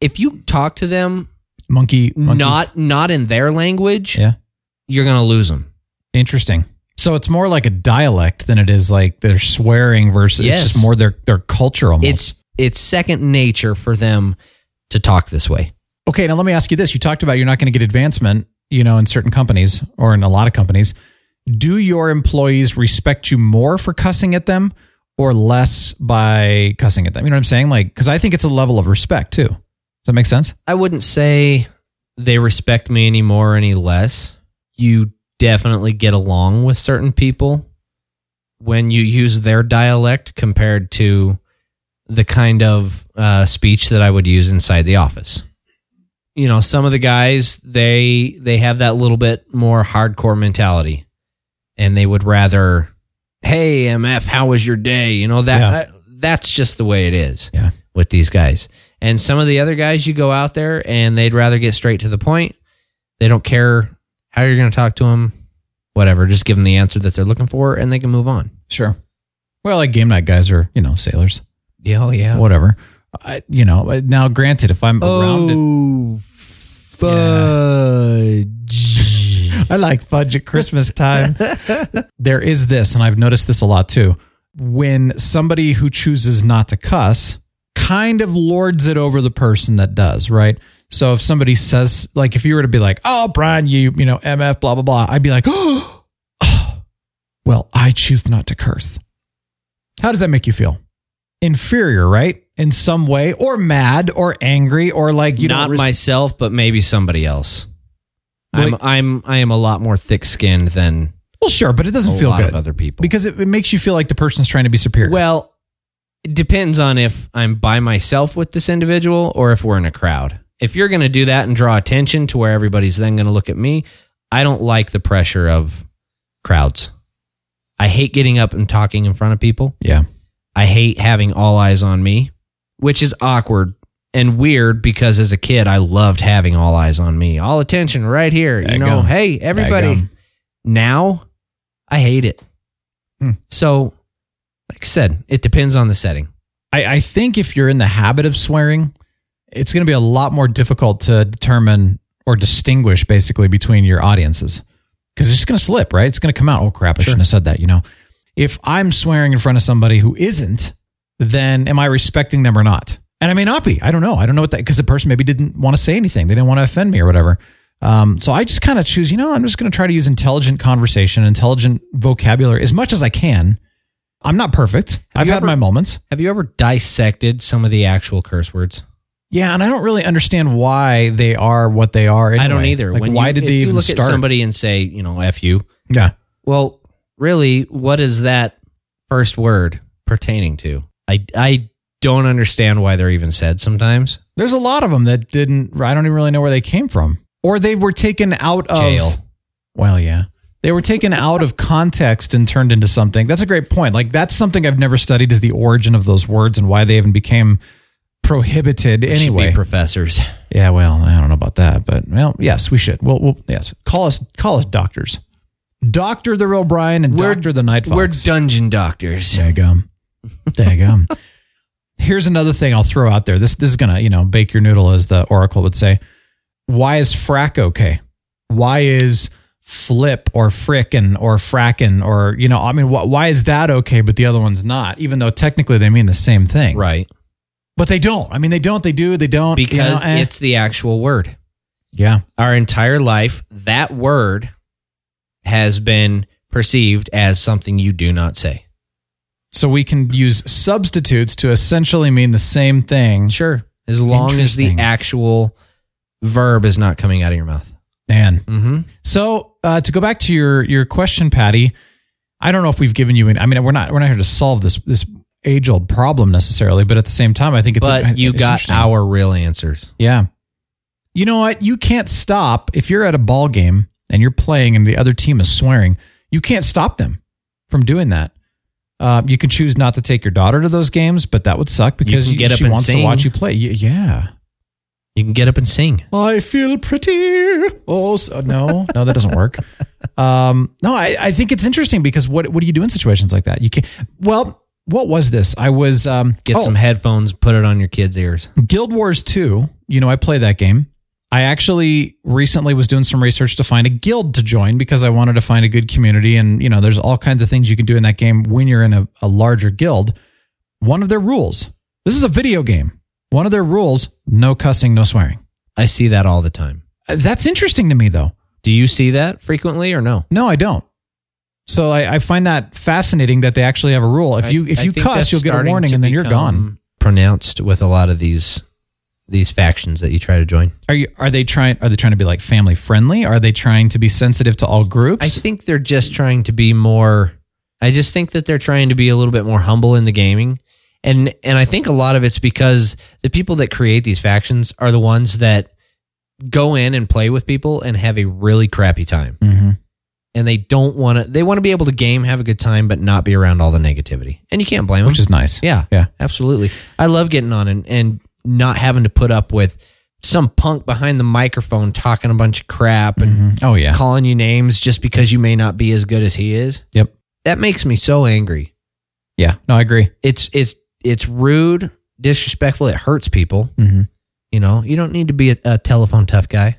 S2: If you talk to them
S1: Monkey, monkey.
S2: not not in their language,
S1: Yeah.
S2: you're gonna lose them.
S1: Interesting. So it's more like a dialect than it is like their swearing versus
S2: Yes.
S1: it's just more their, their culture almost.
S2: It's it's second nature for them to talk this way.
S1: okay, now let me ask you this. You talked about you're not going to get advancement. you know, in certain companies or in a lot of companies, do your employees respect you more for cussing at them or less by cussing at them? You know what I'm saying? Like, because I think it's a level of respect too. Does that make sense?
S2: I wouldn't say they respect me any more or any less. You definitely get along with certain people when you use their dialect compared to the kind of uh, speech that I would use inside the office. You know, some of the guys they they have that little bit more hardcore mentality, and they would rather, "Hey, MF, how was your day?" You know that
S1: Yeah.
S2: uh, that's just the way it is
S1: Yeah.
S2: with these guys. And some of the other guys, you go out there and they'd rather get straight to the point. They don't care how you're going to talk to them, whatever. Just give them the answer that they're looking for and they can move on.
S1: Sure. Well, like game night guys are, you know, sailors,
S2: Yeah, oh, yeah.
S1: whatever. I, you know, but now granted, if I'm around it,
S2: Oh, fudge.
S1: [LAUGHS] I like fudge at Christmas time. [LAUGHS] there is this, and I've noticed this a lot too. When somebody who chooses not to cuss kind of lords it over the person that does, right? So if somebody says, like, if you were to be like, oh, Brian, you, you know, MF, blah, blah, blah, I'd be like, [GASPS] oh, well, I choose not to curse. How does that make you feel? Inferior, right? In some way, or mad, or angry, or like you
S2: Not
S1: don't res-
S2: myself, but maybe somebody else. I'm,
S1: Like-
S2: I'm, I am a lot more thick skinned than
S1: Well, sure, but it
S2: a
S1: doesn't feel
S2: lot
S1: good
S2: of other people.
S1: because it, it makes you feel like the person's trying to be superior.
S2: Well, it depends on if I'm by myself with this individual or if we're in a crowd. If you're going to do that and draw attention to where everybody's then going to look at me, I don't like the pressure of crowds. I hate getting up and talking in front of people.
S1: yeah,
S2: I hate having all eyes on me, which is awkward and weird because as a kid, I loved having all eyes on me. All attention right here.
S1: There
S2: you
S1: you
S2: know,
S1: go.
S2: hey,
S1: There you
S2: everybody.
S1: go.
S2: Now I hate it.
S1: Hmm.
S2: So, like I said, it depends on the setting.
S1: I, I think if you're in the habit of swearing, it's going to be a lot more difficult to determine or distinguish basically between your audiences because it's just going to slip, right? It's going to come out. Oh crap! I shouldn't have said that. You know, if I'm swearing in front of somebody who isn't, then am I respecting them or not? And I may not be. I don't know. I don't know what that because the person maybe didn't want to say anything. They didn't want to offend me or whatever. Um, so I just kind of choose. You know, I'm just going to try to use intelligent conversation, intelligent vocabulary as much as I can. I'm not perfect. I've
S2: you
S1: had
S2: ever-
S1: my moments.
S2: Have you ever dissected some of the actual curse words?
S1: Yeah, and I don't really understand why they are what they are.
S2: I don't
S1: anyway.
S2: either.
S1: Like,
S2: When
S1: why
S2: you-
S1: did
S2: if
S1: they
S2: you
S1: even
S2: look
S1: start?
S2: at somebody and say, you know, f you?
S1: yeah,
S2: Well, really, what is that first word pertaining to? I I don't understand why they're even said sometimes.
S1: there's a lot of them that didn't. I don't even really know where they came from, or they were taken out of
S2: Jail.
S1: Well, yeah, they were taken out of context and turned into something. That's a great point. Like that's something I've never studied is the origin of those words and why they even became prohibited
S2: They should be
S1: anyway. [LAUGHS]
S2: professors.
S1: yeah, well, I don't know about that, but well, yes, we should. Well, we'll yes, call us call us doctors, Doctor the Real Brian and
S2: We're-
S1: Doctor the Night Fox.
S2: We're dungeon doctors.
S1: Dagum. Dagum. [LAUGHS] Here's another thing I'll throw out there. This this is gonna, you know, bake your noodle as the Oracle would say. Why is frack okay? Why is flip or frickin' or frackin' or you know, I mean wh- why is that okay, but the other one's not, even though technically they mean the same thing.
S2: [LAUGHS] Right.
S1: But they don't. I mean they don't, they do, they don't. you know,
S2: Because
S1: eh.
S2: it's the actual word.
S1: Yeah.
S2: Our entire life, that word has been perceived as something you do not say.
S1: So we can use substitutes to essentially mean the same thing.
S2: Sure. As long as the
S1: Interesting.
S2: actual verb is not coming out of your mouth.
S1: Man.
S2: Mm-hmm.
S1: So uh, to go back to your your question, Patty, I don't know if we've given you. Any, I mean, we're not we're not here to solve this this age old problem necessarily, but at the same time, I think it's.
S2: But you
S1: it's
S2: got
S1: interesting.
S2: our real answers.
S1: yeah. You know what? You can't stop if you're at a ball game and you're playing and the other team is swearing. You can't stop them from doing that. Uh, you can choose not to take your daughter to those games, but that would suck because
S2: can get up
S1: she
S2: and
S1: wants to
S2: sing.
S1: watch you play. Y- yeah.
S2: You can get up and sing.
S1: I feel pretty. Oh so, no, no, that doesn't work. Um, no, I, I think it's interesting because what what do you do in situations like that? You can well, what was this? I was um,
S2: Get
S1: oh,
S2: some headphones, put it on your kids' ears.
S1: Guild Wars two. You know, I play that game. I actually recently was doing some research to find a guild to join because I wanted to find a good community. And you know, there's all kinds of things you can do in that game when you're in a, a larger guild. One of their rules. This is a video game. One of their rules: no cussing, no swearing.
S2: I see that all the time.
S1: Uh, That's interesting to me, though.
S2: Do you see that frequently or no?
S1: No, I don't. So I, I find that fascinating that they actually have a rule. If you if
S2: I
S1: you
S2: think
S1: cuss,
S2: that's
S1: you'll get a
S2: starting
S1: warning,
S2: to
S1: and then you're gone.
S2: become Pronounced with a lot of these these factions that you try to join.
S1: Are you are they trying are they trying to be like family friendly? Are they trying to be sensitive to all groups?
S2: I think they're just trying to be more. I just think that they're trying to be a little bit more humble in the gaming, and and I think a lot of it's because the people that create these factions are the ones that go in and play with people and have a really crappy time,
S1: Mhm.
S2: and they don't want to. They want to be able to game, have a good time, but not be around all the negativity. And you can't blame them.
S1: Which is nice.
S2: Yeah.
S1: Yeah.
S2: Absolutely. I love getting on and, and not having to put up with some punk behind the microphone talking a bunch of crap and
S1: Mhm. Oh yeah.
S2: calling you names just because you may not be as good as he is.
S1: Yep.
S2: That makes me so angry.
S1: Yeah. No, I agree.
S2: It's it's it's rude, disrespectful, it hurts people.
S1: Mhm.
S2: You know, you don't need to be a, a telephone tough guy,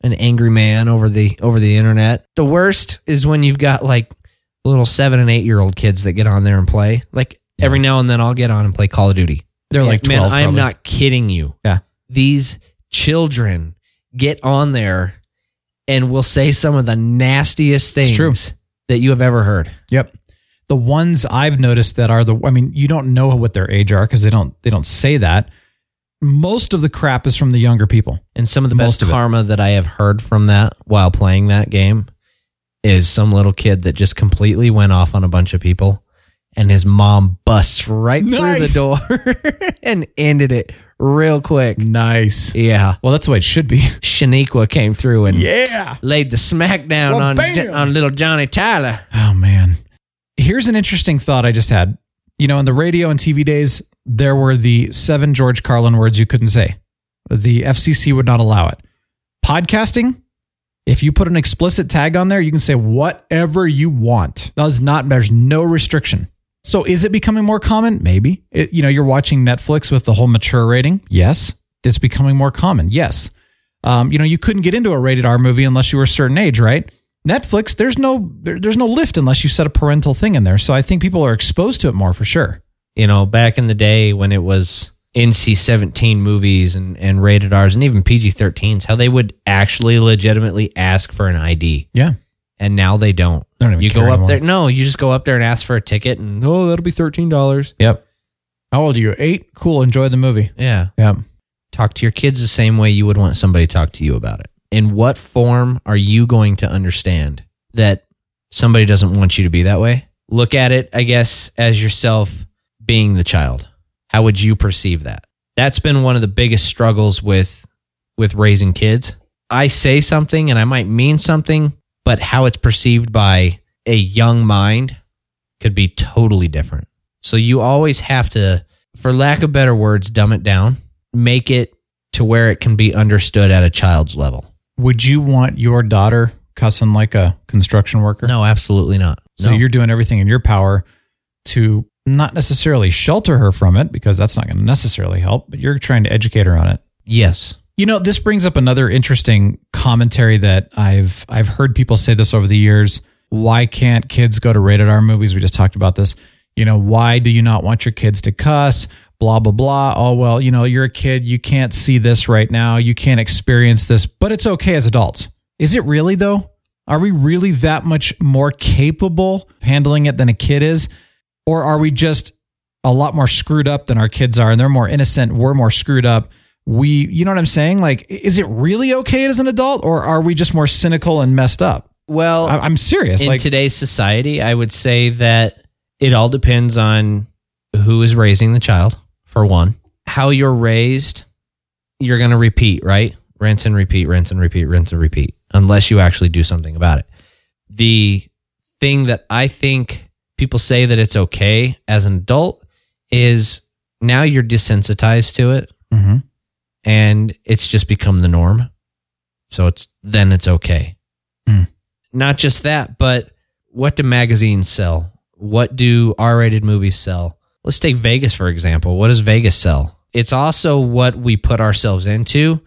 S2: an angry man over the over the internet. The worst is when you've got like little 7 and 8 year old kids that get on there and play. Like every now and then I'll get on and play Call of Duty.
S1: They're
S2: Yeah,
S1: like twelve.
S2: man, I am
S1: probably.
S2: not kidding you.
S1: Yeah.
S2: These children get on there and will say some of the nastiest
S1: It's
S2: things
S1: true.
S2: that you have ever heard.
S1: Yep. The ones I've noticed that are the I mean, you don't know what their age are because they don't they don't say that. Most of the crap is from the younger people.
S2: And some of the
S1: Most
S2: best
S1: of it.
S2: karma that I have heard from that while playing that game is some little kid that just completely went off on a bunch of people and his mom busts right
S1: Nice.
S2: through the door [LAUGHS] and ended it real quick.
S1: Nice.
S2: Yeah.
S1: Well, that's the way it should be.
S2: Shaniqua came through and
S1: Yeah.
S2: laid the smack down
S1: Well,
S2: on,
S1: bam.
S2: on little Johnny Tyler.
S1: Oh man. Here's an interesting thought I just had. You know, in the radio and TV days, there were the seven George Carlin words you couldn't say. The FCC would not allow it. Podcasting, if you put an explicit tag on there, you can say whatever you want. That is not there's no restriction. So is it becoming more common? Maybe. It- you know, you're watching Netflix with the whole mature rating. Yes, it's becoming more common. Yes. Um, you know, you couldn't get into a rated R movie unless you were a certain age, right? Netflix, there's no there, there's no lift unless you set a parental thing in there. So I think people are exposed to it more for sure.
S2: you know, back in the day when it was NC 17 movies and, and rated R's and even PG 13s, how they would actually legitimately ask for an ID.
S1: Yeah.
S2: And now they don't.
S1: They don't even
S2: you
S1: care
S2: go up
S1: anymore.
S2: there. No, you just go up there and ask for a ticket and, oh, that'll be $13.
S1: Yep. How old are you? Eight. Cool. Enjoy the movie.
S2: Yeah.
S1: Yep.
S2: Talk to your kids the same way you would want somebody to talk to you about it. In what form are you going to understand that somebody doesn't want you to be that way? Look at it, I guess, as yourself being the child. How would you perceive that? That's been one of the biggest struggles with with raising kids. I say something and I might mean something, but how it's perceived by a young mind could be totally different. So you always have to, for lack of better words, dumb it down, make it to where it can be understood at a child's level.
S1: Would you want your daughter cussing like a construction worker?
S2: No, absolutely not.
S1: So
S2: No.
S1: you're doing everything in your power to not necessarily shelter her from it because that's not going to necessarily help, but you're trying to educate her on it.
S2: yes.
S1: You know, this brings up another interesting commentary that I've I've heard people say this over the years. Why can't kids go to rated R movies? We just talked about this. You know, why do you not want your kids to cuss? Blah blah blah. Oh well, you know, you're a kid. You can't see this right now. You can't experience this, but it's okay as adults. Is it really though? Are we really that much more capable of handling it than a kid is? Or are we just a lot more screwed up than our kids are and they're more innocent we're more screwed up we you know what i'm saying like is it really okay as an adult or are we just more cynical and messed up
S2: Well,
S1: I- i'm serious
S2: in
S1: like
S2: today's society, I would say that it all depends on who is raising the child, for one. How you're raised, you're going to repeat, right? Rinse and repeat, rinse and repeat, rinse and repeat, unless you actually do something about it. The thing that I think people say that it's okay as an adult is now you're desensitized to it
S1: Mhm.
S2: and it's just become the norm. So it's then it's okay.
S1: Hmm.
S2: Not just that, but what do magazines sell? What do R-rated movies sell? Let's take Vegas for example. What does Vegas sell? It's also what we put ourselves into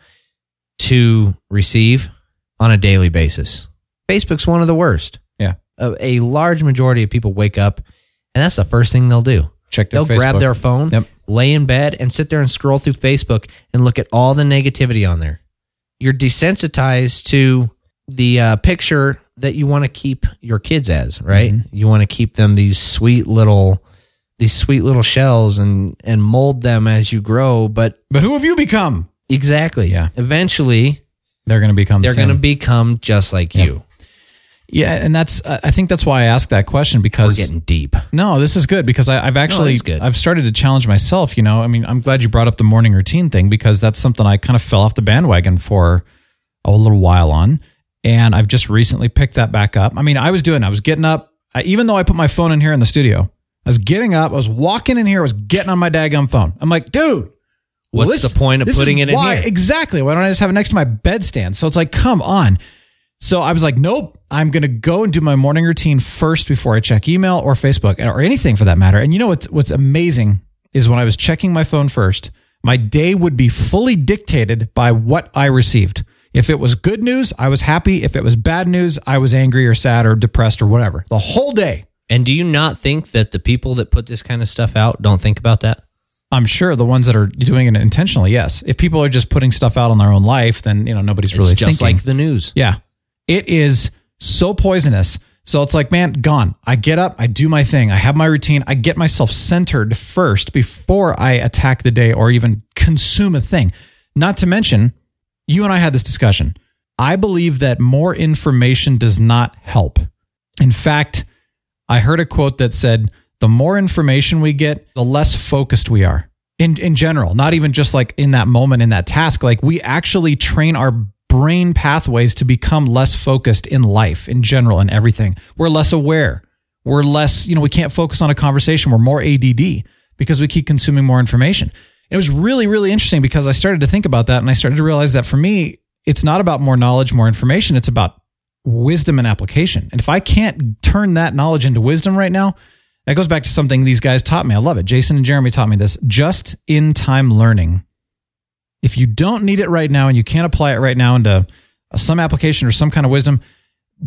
S2: to receive on a daily basis. Facebook's one of the worst.
S1: Yeah.
S2: A, a large majority of people wake up and that's the first thing they'll do.
S1: check their
S2: They'll grab
S1: Facebook.
S2: their phone,
S1: Yep.
S2: lay in bed, and sit there and scroll through Facebook and look at all the negativity on there. You're desensitized to the uh, picture that you want to keep your kids as, right?
S1: Mm-hmm.
S2: You want to keep them these sweet little these sweet little shells and and mold them as you grow, but
S1: But who have you become?
S2: exactly.
S1: Yeah.
S2: Eventually
S1: They're going to become. the
S2: they're going to
S1: same.
S2: become just like you.
S1: Yeah, and that's. I I think that's why I asked that question
S2: We're
S1: because
S2: getting deep.
S1: No, this is good because I, I've actually
S2: it's good.
S1: I've started to challenge myself. You know, I mean, I'm glad you brought up the morning routine thing because that's something I kind of fell off the bandwagon for a little while on, and I've just recently picked that back up. I mean, I was doing, I was getting up, I, even though I put my phone in here in the studio, I was getting up, I was walking in here, I was getting on my daggum phone. I'm like, dude,
S2: What's
S1: this-
S2: the point of
S1: this
S2: putting
S1: is
S2: it in
S1: why-
S2: here?
S1: Exactly. Why don't I just have it next to my bedstand? So it's like, come on. So I was like, nope, I'm going to go and do my morning routine first before I check email or Facebook or anything for that matter. And you know what's what's amazing is when I was checking my phone first, my day would be fully dictated by what I received. If it was good news, I was happy. If it was bad news, I was angry or sad or depressed or whatever. The whole day.
S2: And do you not think that the people that put this kind of stuff out don't think about that?
S1: I'm sure the ones that are doing it intentionally, yes. If people are just putting stuff out on their own life, then you know nobody's
S2: It's
S1: really
S2: just
S1: thinking.
S2: like the news.
S1: Yeah. It is so poisonous. So it's like, man, gone. I get up, I do my thing, I have my routine, I get myself centered first before I attack the day or even consume a thing. Not to mention, you and I had this discussion. I believe that more information does not help. In fact, I heard a quote that said, the more information we get, the less focused we are in, in general, not even just like in that moment, in that task. Like we actually train our brain pathways to become less focused in life, in general, and everything. We're less aware. We're less, you know, we can't focus on a conversation. We're more ADD because we keep consuming more information. It was really, really interesting because I started to think about that and I started to realize that for me, it's not about more knowledge, more information. It's about wisdom and application. And if I can't turn that knowledge into wisdom right now, that goes back to something these guys taught me. I love it. Jason and Jeremy taught me this just in time learning. If you don't need it right now and you can't apply it right now into some application or some kind of wisdom,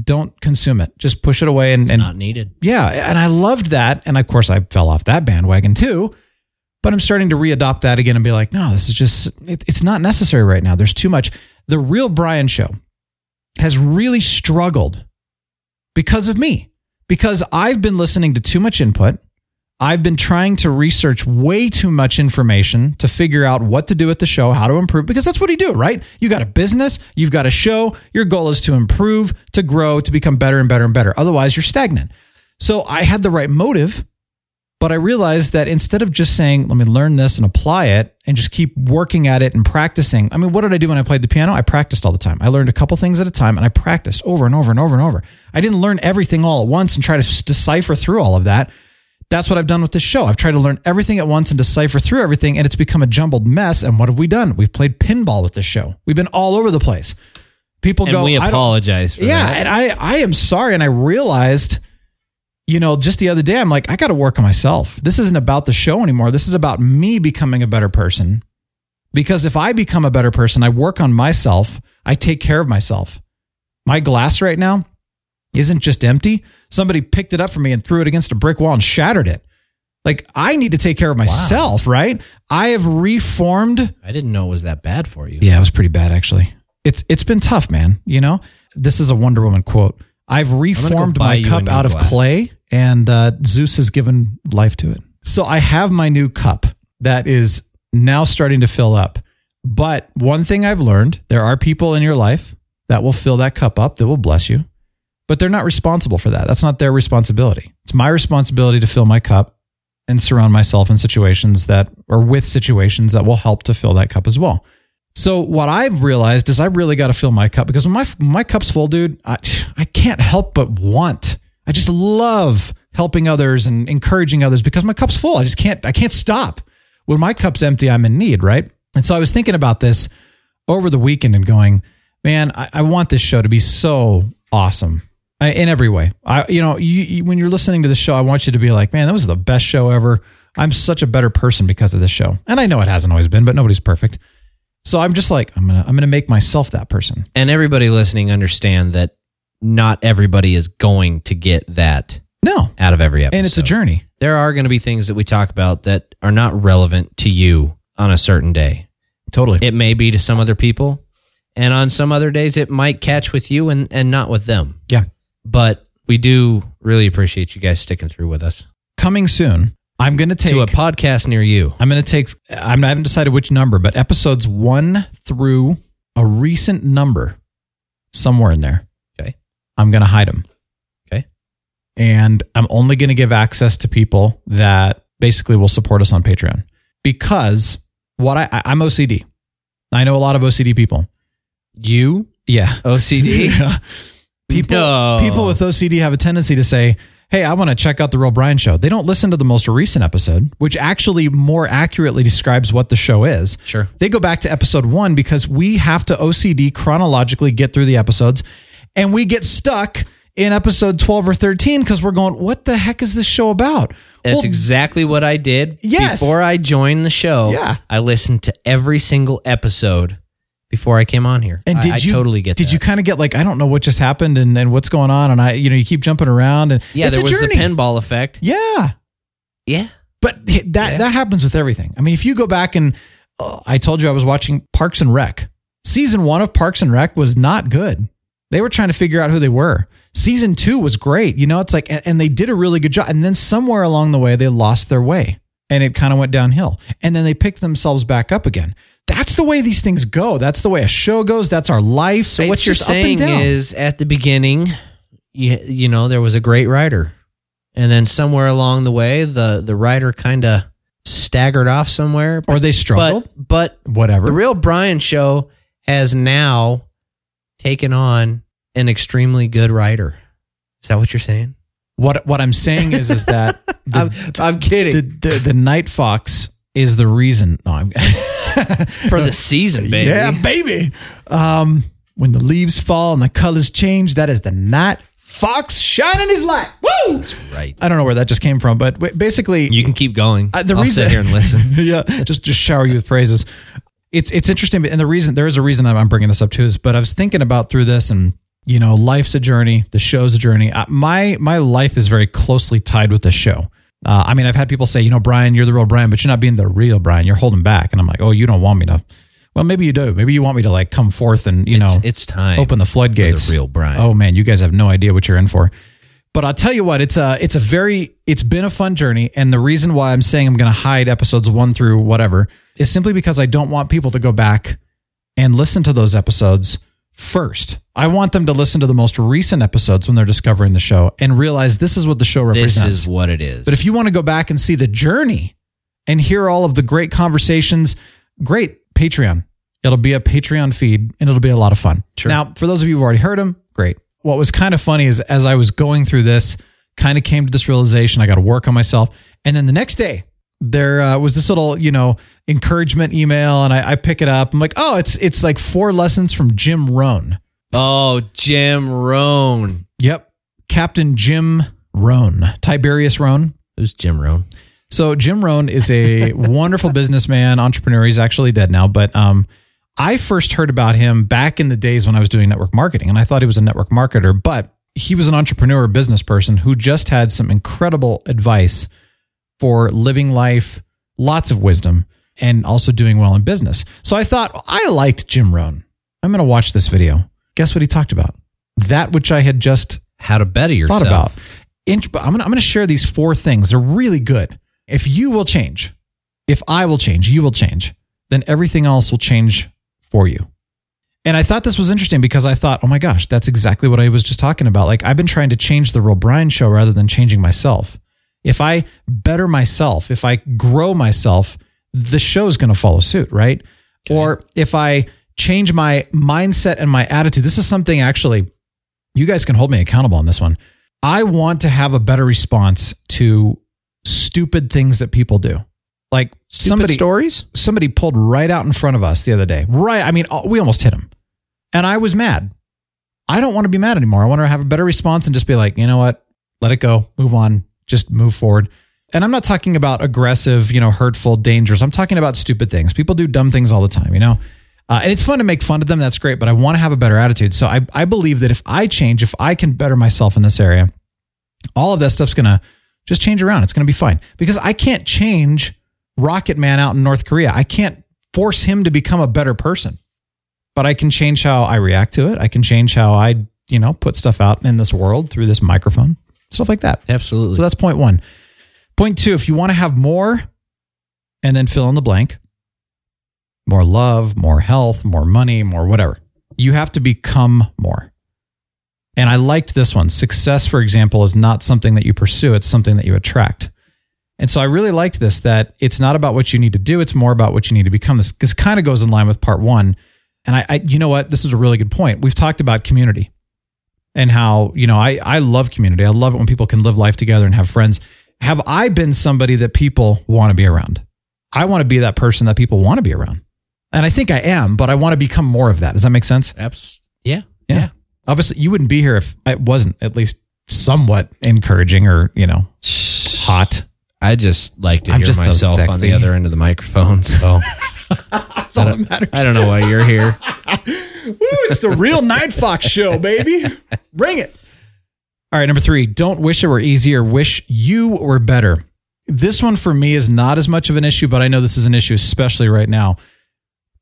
S1: don't consume it. Just push it away and, and
S2: Not needed.
S1: yeah, and I loved that. And of course, I fell off that bandwagon too. But I'm starting to readopt that again and be like, no, this is just, it, it's not necessary right now. There's too much. The real Brian show has really struggled because of me, because I've been listening to too much input. I've been trying to research way too much information to figure out what to do with the show, how to improve, because that's what you do, right? You got a business, you've got a show, your goal is to improve, to grow, to become better and better and better. Otherwise, you're stagnant. So I had the right motive, but I realized that instead of just saying, let me learn this and apply it and just keep working at it and practicing. I mean, what did I do when I played the piano? I practiced all the time. I learned a couple things at a time and I practiced over and over and over and over. I didn't learn everything all at once and try to s- decipher through all of that. That's what I've done with this show. I've tried to learn everything at once and decipher through everything, and it's become a jumbled mess. And what have we done? We've played pinball with this show. We've been all over the place. People
S2: And
S1: go,
S2: we
S1: "I don't-
S2: apologize for
S1: yeah,
S2: that.
S1: and I I am sorry, and I realized, you know, just the other day, I'm like, I got to work on myself. This isn't about the show anymore. This is about me becoming a better person. Because if I become a better person, I work on myself. I take care of myself. My glass right now isn't just empty. Somebody picked it up for me and threw it against a brick wall and shattered it. Like I need to take care of myself, right? I have reformed.
S2: I didn't know it was that bad for you.
S1: Yeah, it was pretty bad actually. It's it's been tough, man. You know, this is a Wonder Woman quote. I've reformed
S2: buy
S1: my
S2: you a
S1: cup
S2: new
S1: out of
S2: glass.
S1: clay, and uh, Zeus has given life to it. So I have my new cup that is now starting to fill up. But one thing I've learned: there are people in your life that will fill that cup up, that will bless you, but they're not responsible for that. That's not their responsibility. It's my responsibility to fill my cup and surround myself in situations that or with situations that will help to fill that cup as well. So what I've realized is I really got to fill my cup because when my when my cup's full, dude, I I can't help but want. I just love helping others and encouraging others because my cup's full. I just can't I can't stop. When my cup's empty, I'm in need, right? And so I was thinking about this over the weekend and going, man, I, I want this show to be so awesome I, in every way. I, you know, you, you, when you're listening to the show, I want you to be like, man, that was the best show ever. I'm such a better person because of this show. And I know it hasn't always been, but nobody's perfect. So I'm just like, I'm gonna, I'm gonna make myself that person.
S2: And everybody listening understand that not everybody is going to get that
S1: No,
S2: out of every episode.
S1: and it's a journey.
S2: There are going to be things that we talk about that are not relevant to you on a certain day.
S1: Totally.
S2: It may be to some other people, And on some other days, it might catch with you and, and not with them.
S1: Yeah.
S2: But we do really appreciate you guys sticking through with us
S1: Coming soon, I'm going to take.
S2: to a podcast near you.
S1: I'm going to take. I'm, I haven't decided which number, but episodes one through a recent number, somewhere in there.
S2: Okay.
S1: I'm going to hide them.
S2: Okay.
S1: And I'm only going to give access to people that basically will support us on Patreon because what I, I I'm OCD. I know a lot of OCD people.
S2: You?
S1: Yeah.
S2: OCD?
S1: [LAUGHS] Yeah. People,
S2: No.
S1: people with OCD have a tendency to say, Hey, I want to check out the Real Brian show. They don't listen to the most recent episode, which actually more accurately describes what the show is.
S2: Sure.
S1: They go back to episode one because we have to OCD chronologically get through the episodes and we get stuck in episode 12 or 13 because we're going, What the heck is this show about?
S2: That's
S1: Well,
S2: exactly what I did
S1: Yes.
S2: before I joined the show.
S1: Yeah.
S2: I listened to every single episode before I came on here.
S1: And
S2: I-
S1: did
S2: I,
S1: you
S2: totally get
S1: Did
S2: that.
S1: you kind of get like I don't know what just happened and, and what's going on and I you know you keep jumping around and
S2: Yeah,
S1: it's a
S2: there was
S1: journey.
S2: the pinball effect.
S1: yeah
S2: Yeah.
S1: But that that happens with everything. I mean, if you go back and uh, I told you I was watching Parks and Rec. Season 1 of Parks and Rec was not good. They were trying to figure out who they were. Season 2 was great. You know, it's like and, and they did a really good job and then somewhere along the way they lost their way and it kind of went downhill. And then they picked themselves back up again. That's the way these things go. That's the way a show goes. That's our life.
S2: So
S1: It's
S2: what you're
S1: just up and
S2: saying
S1: down.
S2: is at the beginning, you, you know, there was a great writer. And then somewhere along the way, the, the writer kind of staggered off somewhere.
S1: or they struggled,
S2: But, but
S1: whatever.
S2: the real Brian show has now taken on an extremely good writer. Is that what you're saying?
S1: what what I'm saying is is
S2: [LAUGHS]
S1: that the-
S2: I'm kidding.
S1: the, the the night fox is the reason. No, I'm [LAUGHS]
S2: For [LAUGHS] the season, baby.
S1: yeah, baby. Um, when the leaves fall and the colors change, that is the night fox shining his light. Woo!
S2: Right.
S1: I don't know where that just came from, but w- basically,
S2: You can keep going.
S1: Uh, the
S2: I'll
S1: reason-
S2: sit here
S1: [LAUGHS]
S2: and [LAUGHS] listen.
S1: yeah, just just shower you with praises. It's it's interesting, and the reason there is a reason I'm, I'm bringing this up too is, but I was thinking about through this, and you know, life's a journey. The show's a journey. Uh, my my life is very closely tied with the show. Uh, I mean, I've had people say, you know, Brian, you're the real Brian, but you're not being the real Brian. You're holding back, and I'm like, oh, you don't want me to. Well, maybe you do. Maybe you want me to like come forth and you
S2: it's,
S1: know
S2: it's time.
S1: open the floodgates.
S2: real Brian.
S1: Oh man, you guys have no idea what you're in for. But I'll tell you what, it's a it's a very it's been a fun journey, and the reason why I'm saying I'm going to hide episodes one through whatever is simply because I don't want people to go back and listen to those episodes first. I want them to listen to the most recent episodes when they're discovering the show and realize this is what the show represents.
S2: this is what it is.
S1: But if you want to go back and see the journey and hear all of the great conversations, great Patreon. It'll be a Patreon feed and it'll be a lot of fun.
S2: Sure.
S1: Now, for those of you who've already heard them, great. What was kind of funny is as I was going through this, kind of came to this realization I got to work on myself. And then the next day, there uh, was this little, you know, encouragement email, and I, I pick it up. I'm like, oh, it's it's like four lessons from Jim Rohn.
S2: oh, Jim Rohn.
S1: Yep, Captain Jim Rohn, Tiberius Rohn.
S2: Who's Jim Rohn?
S1: So Jim Rohn is a wonderful businessman, entrepreneur. He's actually dead now, but um, I first heard about him back in the days when I was doing network marketing, and I thought he was a network marketer, but he was an entrepreneur, business person who just had some incredible advice for living life, lots of wisdom, and also doing well in business. So I thought I liked Jim Rohn. I'm going to watch this video. Guess what he talked about? That which I had just
S2: How to better yourself.
S1: thought about. Int- I'm going to I'm gonna share these four things. They're really good. If you will change, if I will change, you will change, then everything else will change for you. And I thought this was interesting because I thought, oh my gosh, that's exactly what I was just talking about. Like, I've been trying to change the Real Brian show rather than changing myself. If I better myself, if I grow myself, the show's going to follow suit, right? Or if I change my mindset and my attitude, this is something actually you guys can hold me accountable on this one. I want to have a better response to stupid things that people do. Like
S2: Stupid
S1: somebody
S2: stories?
S1: somebody pulled right out in front of us the other day. Right, I mean uh, we almost hit him. And I was mad. I don't want to be mad anymore. I want to have a better response and just be like, "You know what? Let it go. Move on. Just move forward." And I'm not talking about aggressive, you know, hurtful, dangerous. I'm talking about stupid things. People do dumb things all the time, you know? Uh, and it's fun to make fun of them. That's great. But I want to have a better attitude. So I, I believe that if I change, if I can better myself in this area, all of that stuff's going to just change around. It's going to be fine because I can't change Rocket Man out in North Korea. I can't force him to become a better person. but I can change how I react to it. I can change how I, you know, put stuff out in this world through this microphone, stuff like that.
S2: Absolutely.
S1: So that's point one. Point two, if you want to have more and then fill in the blank, more love, more health, more money, more whatever, you have to become more. And I liked this one. Success, for example, is not something that you pursue, it's something that you attract. And so I really liked this that it's not about what you need to do, it's more about what you need to become. This, this kind of goes in line with part one. And I, I, you know what? This is a really good point. We've talked about community and how you know I I love community. I love it when people can live life together and have friends. Have I been somebody that people want to be around? I want to be that person that people want to be around, and I think I am. But I want to become more of that. Does that make sense?
S2: Abs- yeah.
S1: Yeah. Obviously, you wouldn't be here if I wasn't at least somewhat encouraging or you know hot.
S2: I just like to
S1: I'm
S2: hear
S1: just so
S2: myself on
S1: sexy.
S2: the other end of the microphone.
S1: [LAUGHS]
S2: So
S1: That's all that matters.
S2: I don't know why you're
S1: Woo,
S2: here.
S1: [LAUGHS] it's the [LAUGHS] real Night Fox show, baby. Ring it. All right, number three, don't wish it were easier. Wish you were better. This one for me is not as much of an issue, but I know this is an issue, especially right now.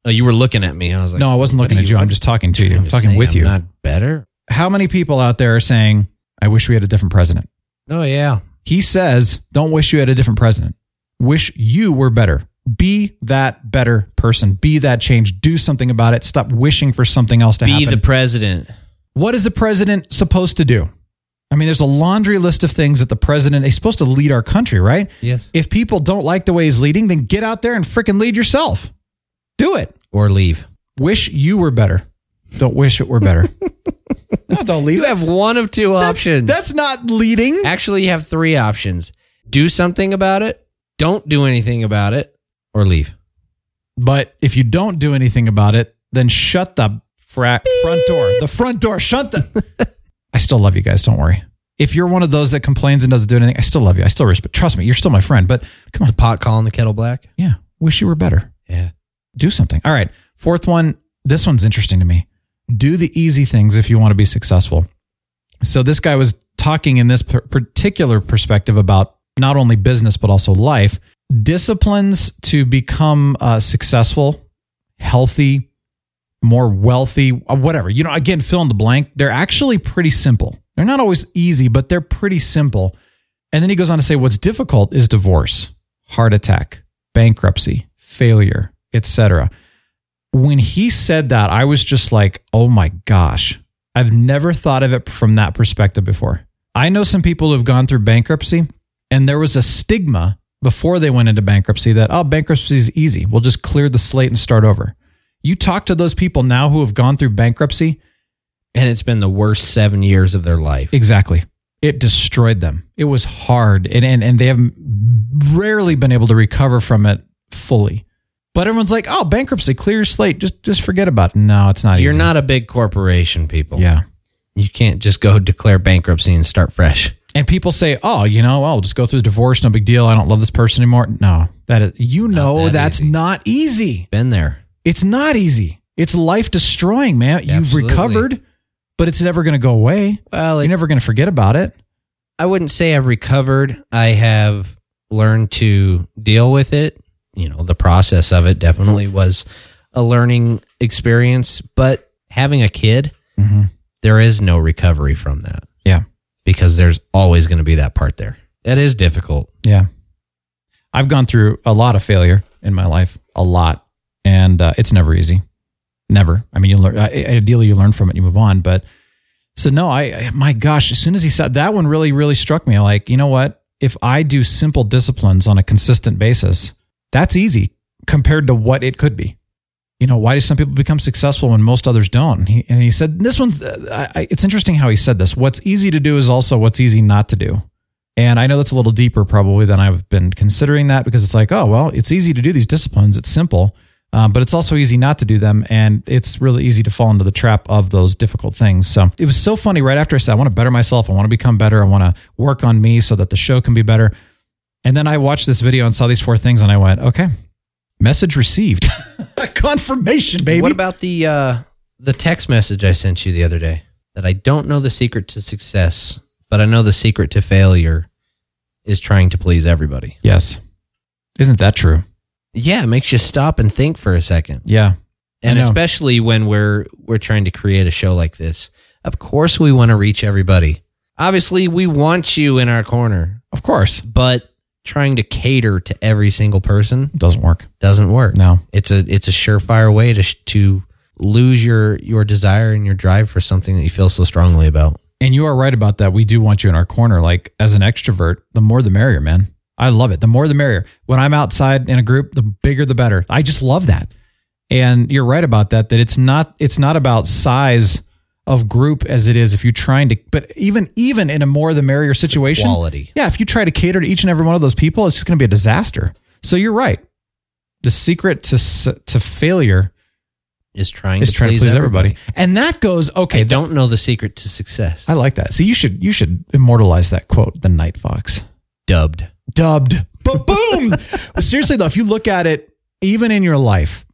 S2: Oh, you were looking at me. I was like,
S1: No, I wasn't looking at you. I'm just talking to you. I'm talking with you.
S2: Not better.
S1: How many people out there are saying, I wish we had a different president?
S2: Oh yeah.
S1: He says, don't wish you had a different president. Wish you were better. Be that better person. Be that change. Do something about it. Stop wishing for something else to
S2: Be
S1: happen.
S2: the president.
S1: what is the president supposed to do? I mean, there's a laundry list of things that the president is supposed to lead our country, right?
S2: Yes.
S1: If people don't like the way he's leading, then get out there and freaking lead yourself. Do it.
S2: Or leave.
S1: Wish you were better. Don't wish it were
S2: [LAUGHS]
S1: better. no, don't leave.
S2: You have one of two options.
S1: That's not leading.
S2: actually you have three options. Do something about it, don't do anything about it, or leave.
S1: But if you don't do anything about it, then shut the fra- front door. The front door. Shut the. [LAUGHS] I still love you guys. Don't worry. If you're one of those that complains and doesn't do anything, I still love you. I still respect. Trust me, you're still my friend. But come on.
S2: Pot calling the kettle black.
S1: Yeah. Wish you were better.
S2: Yeah.
S1: Do something. All right. Fourth one. This one's interesting to me. Do the easy things if you want to be successful. So this guy was talking in this par- particular perspective about not only business but also life disciplines to become uh, successful, healthy, more wealthy, uh, whatever. You know, again, fill in the blank. They're actually pretty simple. They're not always easy, but they're pretty simple. And then he goes on to say what's difficult is divorce, heart attack, bankruptcy, failure, etc. When he said that, I was just like, "Oh my gosh. I've never thought of it from that perspective before." I know some people who've gone through bankruptcy and there was a stigma before they went into bankruptcy that oh bankruptcy is easy. We'll just clear the slate and start over. You talk to those people now who have gone through bankruptcy,
S2: And it's been the worst seven years of their life.
S1: Exactly. It destroyed them. It was hard. And, and, and they have rarely been able to recover from it fully. But everyone's like, oh, bankruptcy, clear your slate. Just just forget about it. No, it's not
S2: You're
S1: easy.
S2: not a big corporation, people.
S1: Yeah.
S2: You can't just go declare bankruptcy and start fresh.
S1: And people say, oh, you know, I'll just go through the divorce. No big deal. I don't love this person anymore. No, that is, you know,
S2: that
S1: that's
S2: easy.
S1: not easy.
S2: Been there.
S1: It's not easy. It's life destroying, man. You've
S2: Absolutely.
S1: recovered, but it's never going to go away.
S2: Well,
S1: You're never going to forget about it.
S2: I wouldn't say I've recovered. I have learned to deal with it. You know, the process of it definitely was a learning experience, but having a kid,
S1: Mhm.
S2: there is no recovery from that.
S1: Yeah.
S2: Because there's always going to be that part there. It is difficult.
S1: Yeah. I've gone through a lot of failure in my life, a lot, and uh, it's never easy. Never. I mean, you learn. I- Ideally, you learn from it, you move on. But so no, I. I- My gosh, as soon as he said that one, really, really struck me. Like, you know what? If I do simple disciplines on a consistent basis, that's easy compared to what it could be. You know, why do some people become successful when most others don't? And he, and he said, this one's. Uh, I, I- it's interesting how he said this. What's easy to do is also what's easy not to do. And I know that's a little deeper probably than I've been considering that because it's like, oh, well, it's easy to do these disciplines. It's simple, um, but it's also easy not to do them. And it's really easy to fall into the trap of those difficult things. So it was so funny right after I said, I want to better myself. I want to become better. I want to work on me so that the show can be better. And then I watched this video and saw these four things and I went, okay, message received. [LAUGHS] Confirmation, baby.
S2: What about the uh, the text message I sent you the other day? That I don't know the secret to success, but I know the secret to failure is trying to please everybody.
S1: yes. Isn't that true?
S2: Yeah, it makes you stop and think for a second.
S1: Yeah.
S2: and
S1: I know.
S2: especially when we're we're trying to create a show like this of course we want to reach everybody obviously we want you in our corner
S1: Of course.
S2: but trying to cater to every single person
S1: Doesn't work.
S2: doesn't work
S1: No.
S2: it's a it's a surefire way to sh- to lose your your desire and your drive for something that you feel so strongly about
S1: And you are right about that. We do want you in our corner. Like as an extrovert, the more the merrier, man. I love it. The more the merrier. When I'm outside in a group, the bigger the better. I just love that. And you're right about that. That it's not it's not about size of group as it is if you're trying to. But even even in a more the merrier situation,
S2: quality
S1: yeah, if you try to cater to each and every one of those people, it's just going to be a disaster. So you're right. The secret to s- to failure
S2: is trying
S1: is
S2: to
S1: trying
S2: please,
S1: to please everybody. and that goes okay.
S2: I
S1: that-
S2: don't know the secret to success.
S1: I like that. So you should you should immortalize that quote, the Night Fox.
S2: dubbed.
S1: Dubbed. [LAUGHS] But boom. Seriously though, if you look at it, even in your life,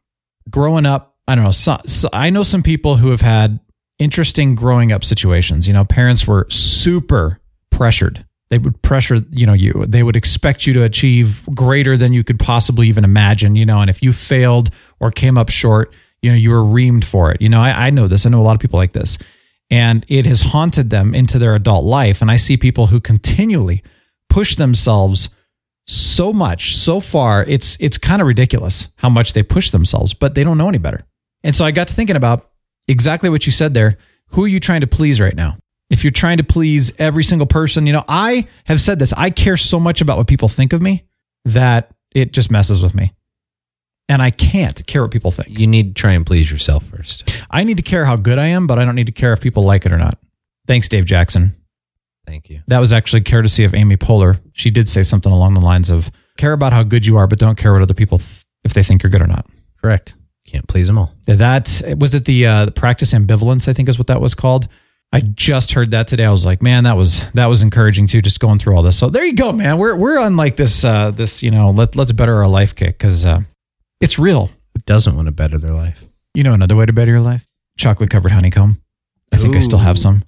S1: growing up, I don't know, so, so- I know some people who have had interesting growing up situations. You know, parents were super pressured. They would pressure, you know, you. They would expect you to achieve greater than you could possibly even imagine, you know, and if you failed or came up short, you know, you were reamed for it. You know, I, I know this. I know a lot of people like this and it has haunted them into their adult life. And I see people who continually push themselves so much, so far. It's it's kind of ridiculous how much they push themselves, but they don't know any better. And so I got to thinking about exactly what you said there. Who are you trying to please right now? If you're trying to please every single person, you know, I have said this. I care so much about what people think of me that it just messes with me. And I can't care what people think.
S2: You need to try and please yourself first.
S1: I need to care how good I am, but I don't need to care if people like it or not. Thanks, Dave Jackson.
S2: Thank you.
S1: That was actually courtesy of Amy Poehler. She did say something along the lines of care about how good you are, but don't care what other people th- if they think you're good or not.
S2: Correct. Can't please them all.
S1: That was it. The uh, practice ambivalence, I think, is what that was called. I just heard that today. I was like, man, that was that was encouraging too. Just going through all this. So there you go, man. We're we're on like this uh, this you know let let's better our life kick because uh, it's real.
S2: Who doesn't want to better their life?
S1: You know another way to better your life: chocolate covered honeycomb. I think I still have
S2: Ooh.
S1: some.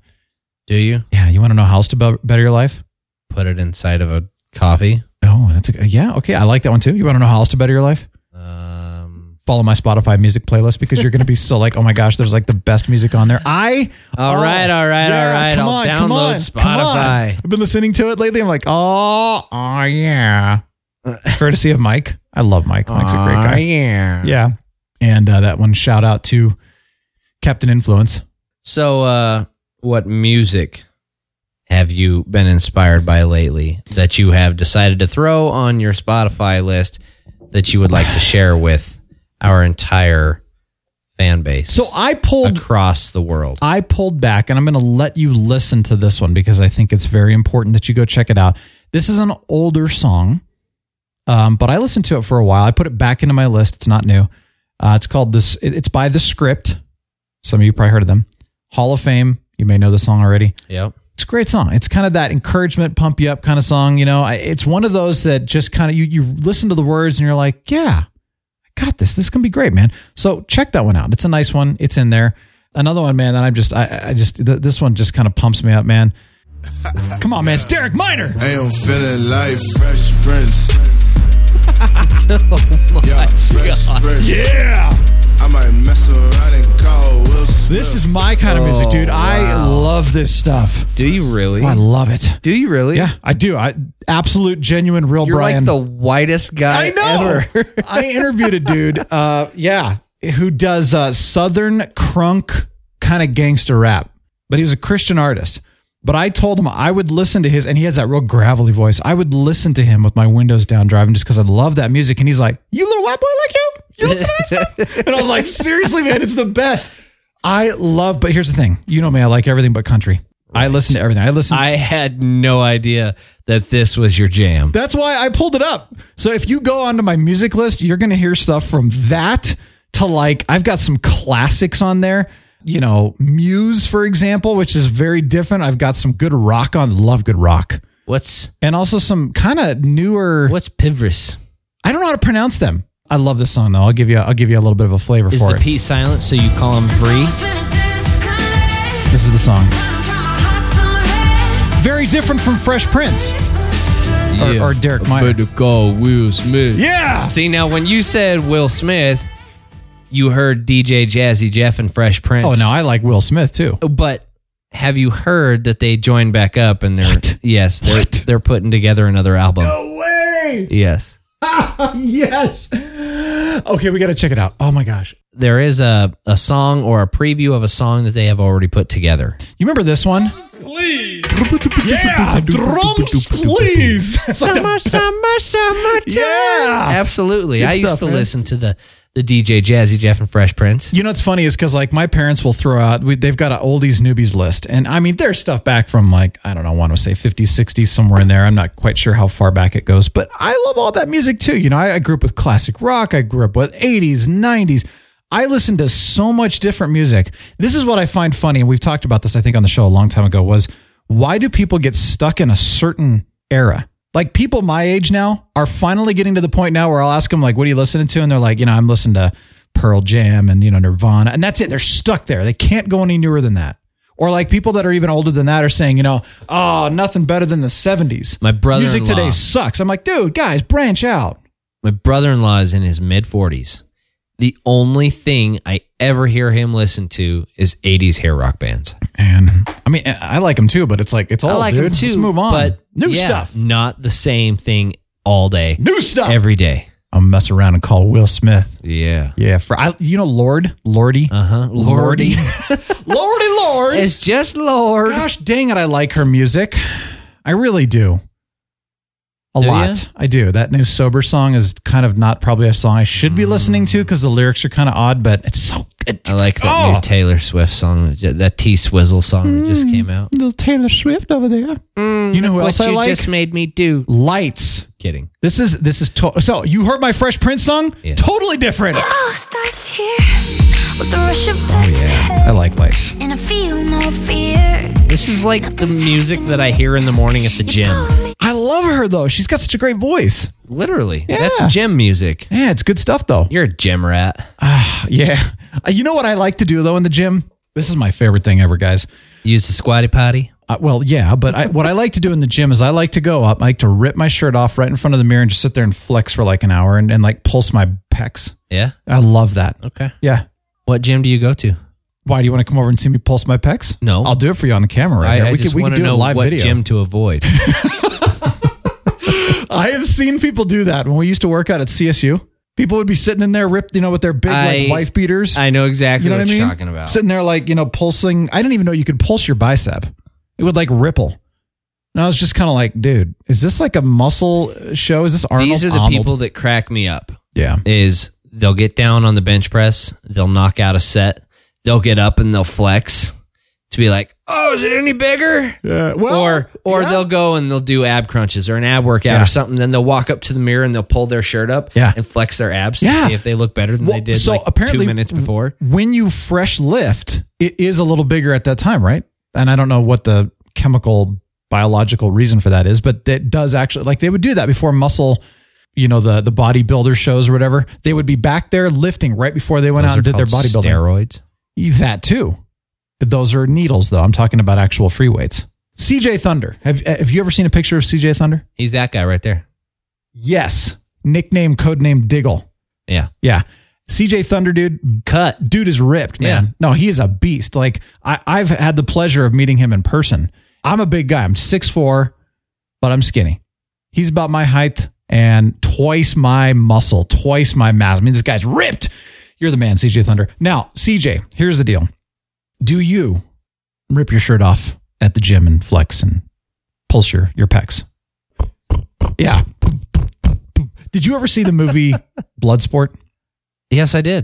S2: Do you
S1: Yeah, you want to know how else to be- better your life?
S2: put it inside of a coffee?
S1: Oh, that's a good. Yeah, okay, I like that one too. You want to know how else to better your life?
S2: Um,
S1: Follow my Spotify music playlist because you're going to be so like, oh my gosh, there's like the best music on there. I
S2: All
S1: All
S2: right,
S1: right,
S2: all right, all right.
S1: Come
S2: I'll
S1: on,
S2: download
S1: come on, come on.
S2: Spotify.
S1: I've been listening to it lately. I'm like, oh, oh [LAUGHS] yeah. Courtesy of Mike. I love Mike. Mike's a great guy.
S2: yeah.
S1: Yeah, and uh, that one shout out to Captain Influence.
S2: So, uh, what music have you been inspired by lately that you have decided to throw on your Spotify list that you would like to share with our entire fan base?
S1: So I pulled
S2: across the world.
S1: I pulled back and I'm going to let you listen to this one because I think it's very important that you go check it out. This is an older song, um, but I listened to it for a while. I put it back into my list. It's not new. Uh, it's called this, it- it's by The Script. Some of you probably heard of them. Hall of Fame. You may know the song already.
S2: Yep.
S1: It's a great song. It's kind of that encouragement, pump you up kind of song. You know, I, it's one of those that just kind of you you listen to the words and you're like, yeah, I got this. This is gonna be great, man. So check that one out. It's a nice one. It's in there. Another one, man. That I'm just, I, I just th- this one just kind of pumps me up, man. [LAUGHS] Come on, man. It's Derek Minor.
S4: I am feeling like Fresh Prince. yeah, Fresh Prince.
S1: Yeah.
S4: I might mess around and call Will Smith.
S1: This is my kind of music, dude. I love this stuff.
S5: Oh,
S1: Oh,
S5: Do you really?
S1: I love it.
S5: Do you really?
S1: Yeah, I do. I absolute, genuine, real
S5: You're like
S1: Brian.
S5: the whitest guy
S1: I know.
S5: ever.
S1: [LAUGHS] I interviewed a dude, uh, yeah, who does uh, Southern crunk kind of gangster rap, but he was a Christian artist. But I told him I would listen to his, and he has that real gravelly voice. I would listen to him with my windows down driving just because I love that music. And he's like, You little white boy like you? You listen to that stuff? And I was like, Seriously, man, it's the best. I love, but here's the thing you know me, I like everything but country. I listen to everything. I listen
S2: I had no idea that this was your jam.
S1: That's why I pulled it up. So if you go onto my music list, you're going to hear stuff from that to like, I've got some classics on there. You know, Muse, for example, which is very different. I've got some good rock on, love good rock.
S2: What's
S1: And also some kind of newer,
S2: what's Pivris?
S1: I don't know how to pronounce them. I love this song though. I'll give you, I'll give you a little bit of a flavor
S2: Is
S1: for
S2: the
S1: it.
S2: P silent so you call him Bree?
S1: this is the song. Very different from Fresh Prince or, or Derek Meyer.
S2: go Will Smith.
S1: Yeah.
S2: See now when you said Will Smith, you heard DJ Jazzy Jeff and Fresh Prince.
S1: Oh no, I like Will Smith too.
S2: but have you heard that they joined back up and they're yes they're they're putting together another album? No way. Yes,
S1: yes. Okay, we got to check it out. Oh my gosh.
S2: there is a a song or a preview of a song that they have already put together.
S1: You remember this one? [LAUGHS] Yeah, drums, please. [LAUGHS] It's like the-
S2: summer, summer.
S1: yeah.
S2: Absolutely,
S1: Good
S2: I used
S1: stuff,
S2: to
S1: man.
S2: listen to the the DJ Jazzy Jeff and Fresh Prince.
S1: You know what's funny is because like my parents will throw out we, they've got an oldies newbies list, and I mean there's stuff back from like I don't know, I want to say 50s, 60s somewhere in there. I'm not quite sure how far back it goes, but I love all that music too. You know, I, I grew up with classic rock, I grew up with 80s, 90s. I listen to so much different music. This is what I find funny, and we've talked about this I think on the show a long time ago was why do people get stuck in a certain era? Like people my age now are finally getting to the point now where I'll ask them like, "What are you listening to?" and they're like, "You know, I'm listening to Pearl Jam and you know Nirvana," and that's it. They're stuck there. They can't go any newer than that. Or like people that are even older than that are saying, you know, oh, nothing better than the '70s.
S2: My brother-in-law-
S1: music today sucks. I'm like, dude, guys, branch out.
S2: My brother in law is in his mid 40s. The only thing I ever hear him listen to is 80s hair rock bands.
S1: And I mean, I like them too, but it's like it's all Oh, dude. Let's move on.
S2: But
S1: new
S2: yeah,
S1: stuff.
S2: Not the same thing all day,
S1: New stuff.
S2: every day.
S1: I'll mess around and call Will Smith.
S2: Yeah.
S1: Yeah, for I, you know, Lord, Lordy,
S2: Uh huh. Lordy.
S1: [LAUGHS] Lordy, Lord.
S2: it's just Lord.
S1: Gosh dang it, I like her music. I really do. A
S2: Do
S1: lot.
S2: ya?
S1: I do. That new sober song is kind of not probably a song I should be listening to because the lyrics are kind of odd, but it's so good.
S2: Mm. I like that
S1: Oh,
S2: new Taylor Swift song, that ju- that T Swizzle song that just came out.
S1: little Taylor Swift over there. you know who else I like?
S2: made me do.
S1: Lights.
S2: Kidding.
S1: This is this is to- so you heard my Fresh Prince song?
S2: Yes.
S1: Totally different.
S6: all starts here with the rush of blood to the
S1: I
S6: head,
S1: like Lights.
S6: and I feel no fear.
S2: This is like the music that I hear in the morning at the gym.
S1: I love her though. She's got such a great voice.
S2: Literally.
S1: Yeah.
S2: That's gym music.
S1: Yeah, it's good stuff though.
S2: You're a gym rat.
S1: [LAUGHS] Yeah. Uh, You know what I like to do though in the gym? This is my favorite thing ever, guys.
S2: Use the squatty potty.
S1: Uh, well, yeah, but I, what I like to do in the gym is I like to go up, I like to rip my shirt off right in front of the mirror and just sit there and flex for like an hour and, and like pulse my pecs.
S2: Yeah.
S1: I love that.
S2: Okay.
S1: Yeah.
S2: What gym do you go to?
S1: Why do you want to come over and see me pulse my pecs?
S2: No.
S1: I'll do it for you on the camera right here.
S2: I, I
S1: we
S2: just
S1: can, we
S2: want
S1: can
S2: to
S1: do
S2: know
S1: a live
S2: what
S1: video.
S2: gym to avoid.
S1: [LAUGHS] I have seen people do that when we used to work out at CSU. People would be sitting in there ripped, you know, with their big
S2: I-
S1: like wife beaters.
S2: I know exactly
S1: you know
S2: what,
S1: what, I mean?
S2: you're talking about.
S1: Sitting there like, you know, pulsing. I didn't even know you could pulse your bicep. It would like ripple. And I was just kind of like, dude, is this like a muscle show? Is this Arnold?
S2: These are the
S1: Arnold?
S2: people that crack me up.
S1: Yeah.
S2: Is they'll get down on the bench press, they'll knock out a set, they'll get up and they'll flex to be like, "Oh, is it any bigger?"
S1: Yeah.
S2: or or they'll go and they'll do ab crunches or an ab workout
S1: Yeah.
S2: or something. Then they'll walk up to the mirror and they'll pull their shirt up
S1: Yeah.
S2: and flex their abs to
S1: Yeah.
S2: see if they look better than
S1: Well,
S2: they did
S1: so
S2: like
S1: apparently-
S2: two minutes before.
S1: when you fresh lift, it is a little bigger at that time, right? And I don't know what the chemical biological reason for that is, but that does actually like they would do that before muscle, you know, the the bodybuilder shows or whatever. They would be back there lifting right before they went
S2: Those
S1: out and
S2: are
S1: did their
S2: called
S1: bodybuilding.
S2: steroids.
S1: That too. Those are needles though. I'm talking about actual free weights. CJ Thunder. Have have you ever seen a picture of CJ Thunder?
S2: He's that guy right there.
S1: Yes. Nickname, codename Diggle.
S2: Yeah.
S1: Yeah. CJ Thunder, dude,
S2: Cut.
S1: dude is ripped, man.
S2: Yeah.
S1: No, he is a beast. Like I, I've had the pleasure of meeting him in person. I'm a big guy. I'm 6'4, but I'm skinny. He's about my height and twice my muscle, twice my mass. I mean, this guy's ripped. You're the man, CJ Thunder. Now, CJ, here's the deal. Do you rip your shirt off at the gym and flex and pulse your, your pecs? Yeah. Did you ever see the
S2: [LAUGHS]
S1: movie Bloodsport?
S2: Yes, I did.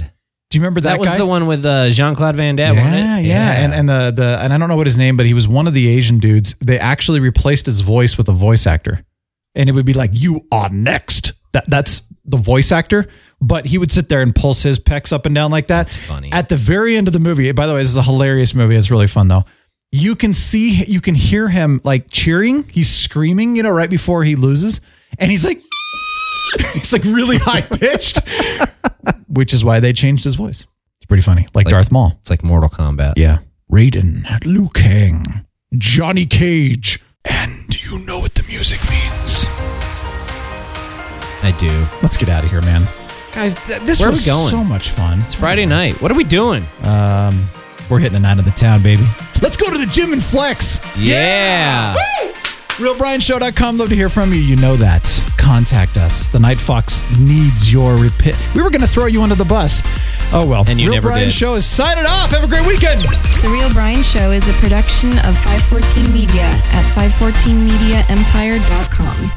S1: Do you remember that?
S2: That, was
S1: guy?
S2: the one with uh, Jean Claude Van Damme.
S1: yeah,
S2: wasn't it?
S1: yeah, and and the the and I don't know what his name, but he was one of the Asian dudes. They actually replaced his voice with a voice actor, and it would be like, "You are next." That that's the voice actor, but he would sit there and pulse his pecs up and down like that. That's
S2: funny.
S1: At the very end of the movie, by the way, this is a hilarious movie. It's really fun though. You can see, you can hear him like cheering. He's screaming, you know, right before he loses, and he's like, [LAUGHS] he's like really high pitched, [LAUGHS] which is why they changed his voice. It's pretty funny, like
S2: Like-
S1: Darth Maul.
S2: it's like Mortal Kombat.
S1: Yeah. Raiden, Liu Kang, Johnny Cage. And you know what the music means.
S2: I do.
S1: Let's get out of here, man. Guys, th- this
S2: Where are
S1: was
S2: we going?
S1: so much fun.
S2: It's Friday night. What are we doing?
S1: Um, we're hitting the night of the town, baby. Let's go to the gym and flex.
S2: Yeah.
S1: RealBrianShow.com. Love to hear from you. You know that. Contact us. The Night Fox needs your repit. We were going to throw you under the bus. Oh, well.
S2: And you
S1: Real
S2: never
S1: Brian
S2: did.
S1: Show is signing off. Have a great weekend.
S7: The Real Brian Show is a production of 514 Media at 514mediaempire.com.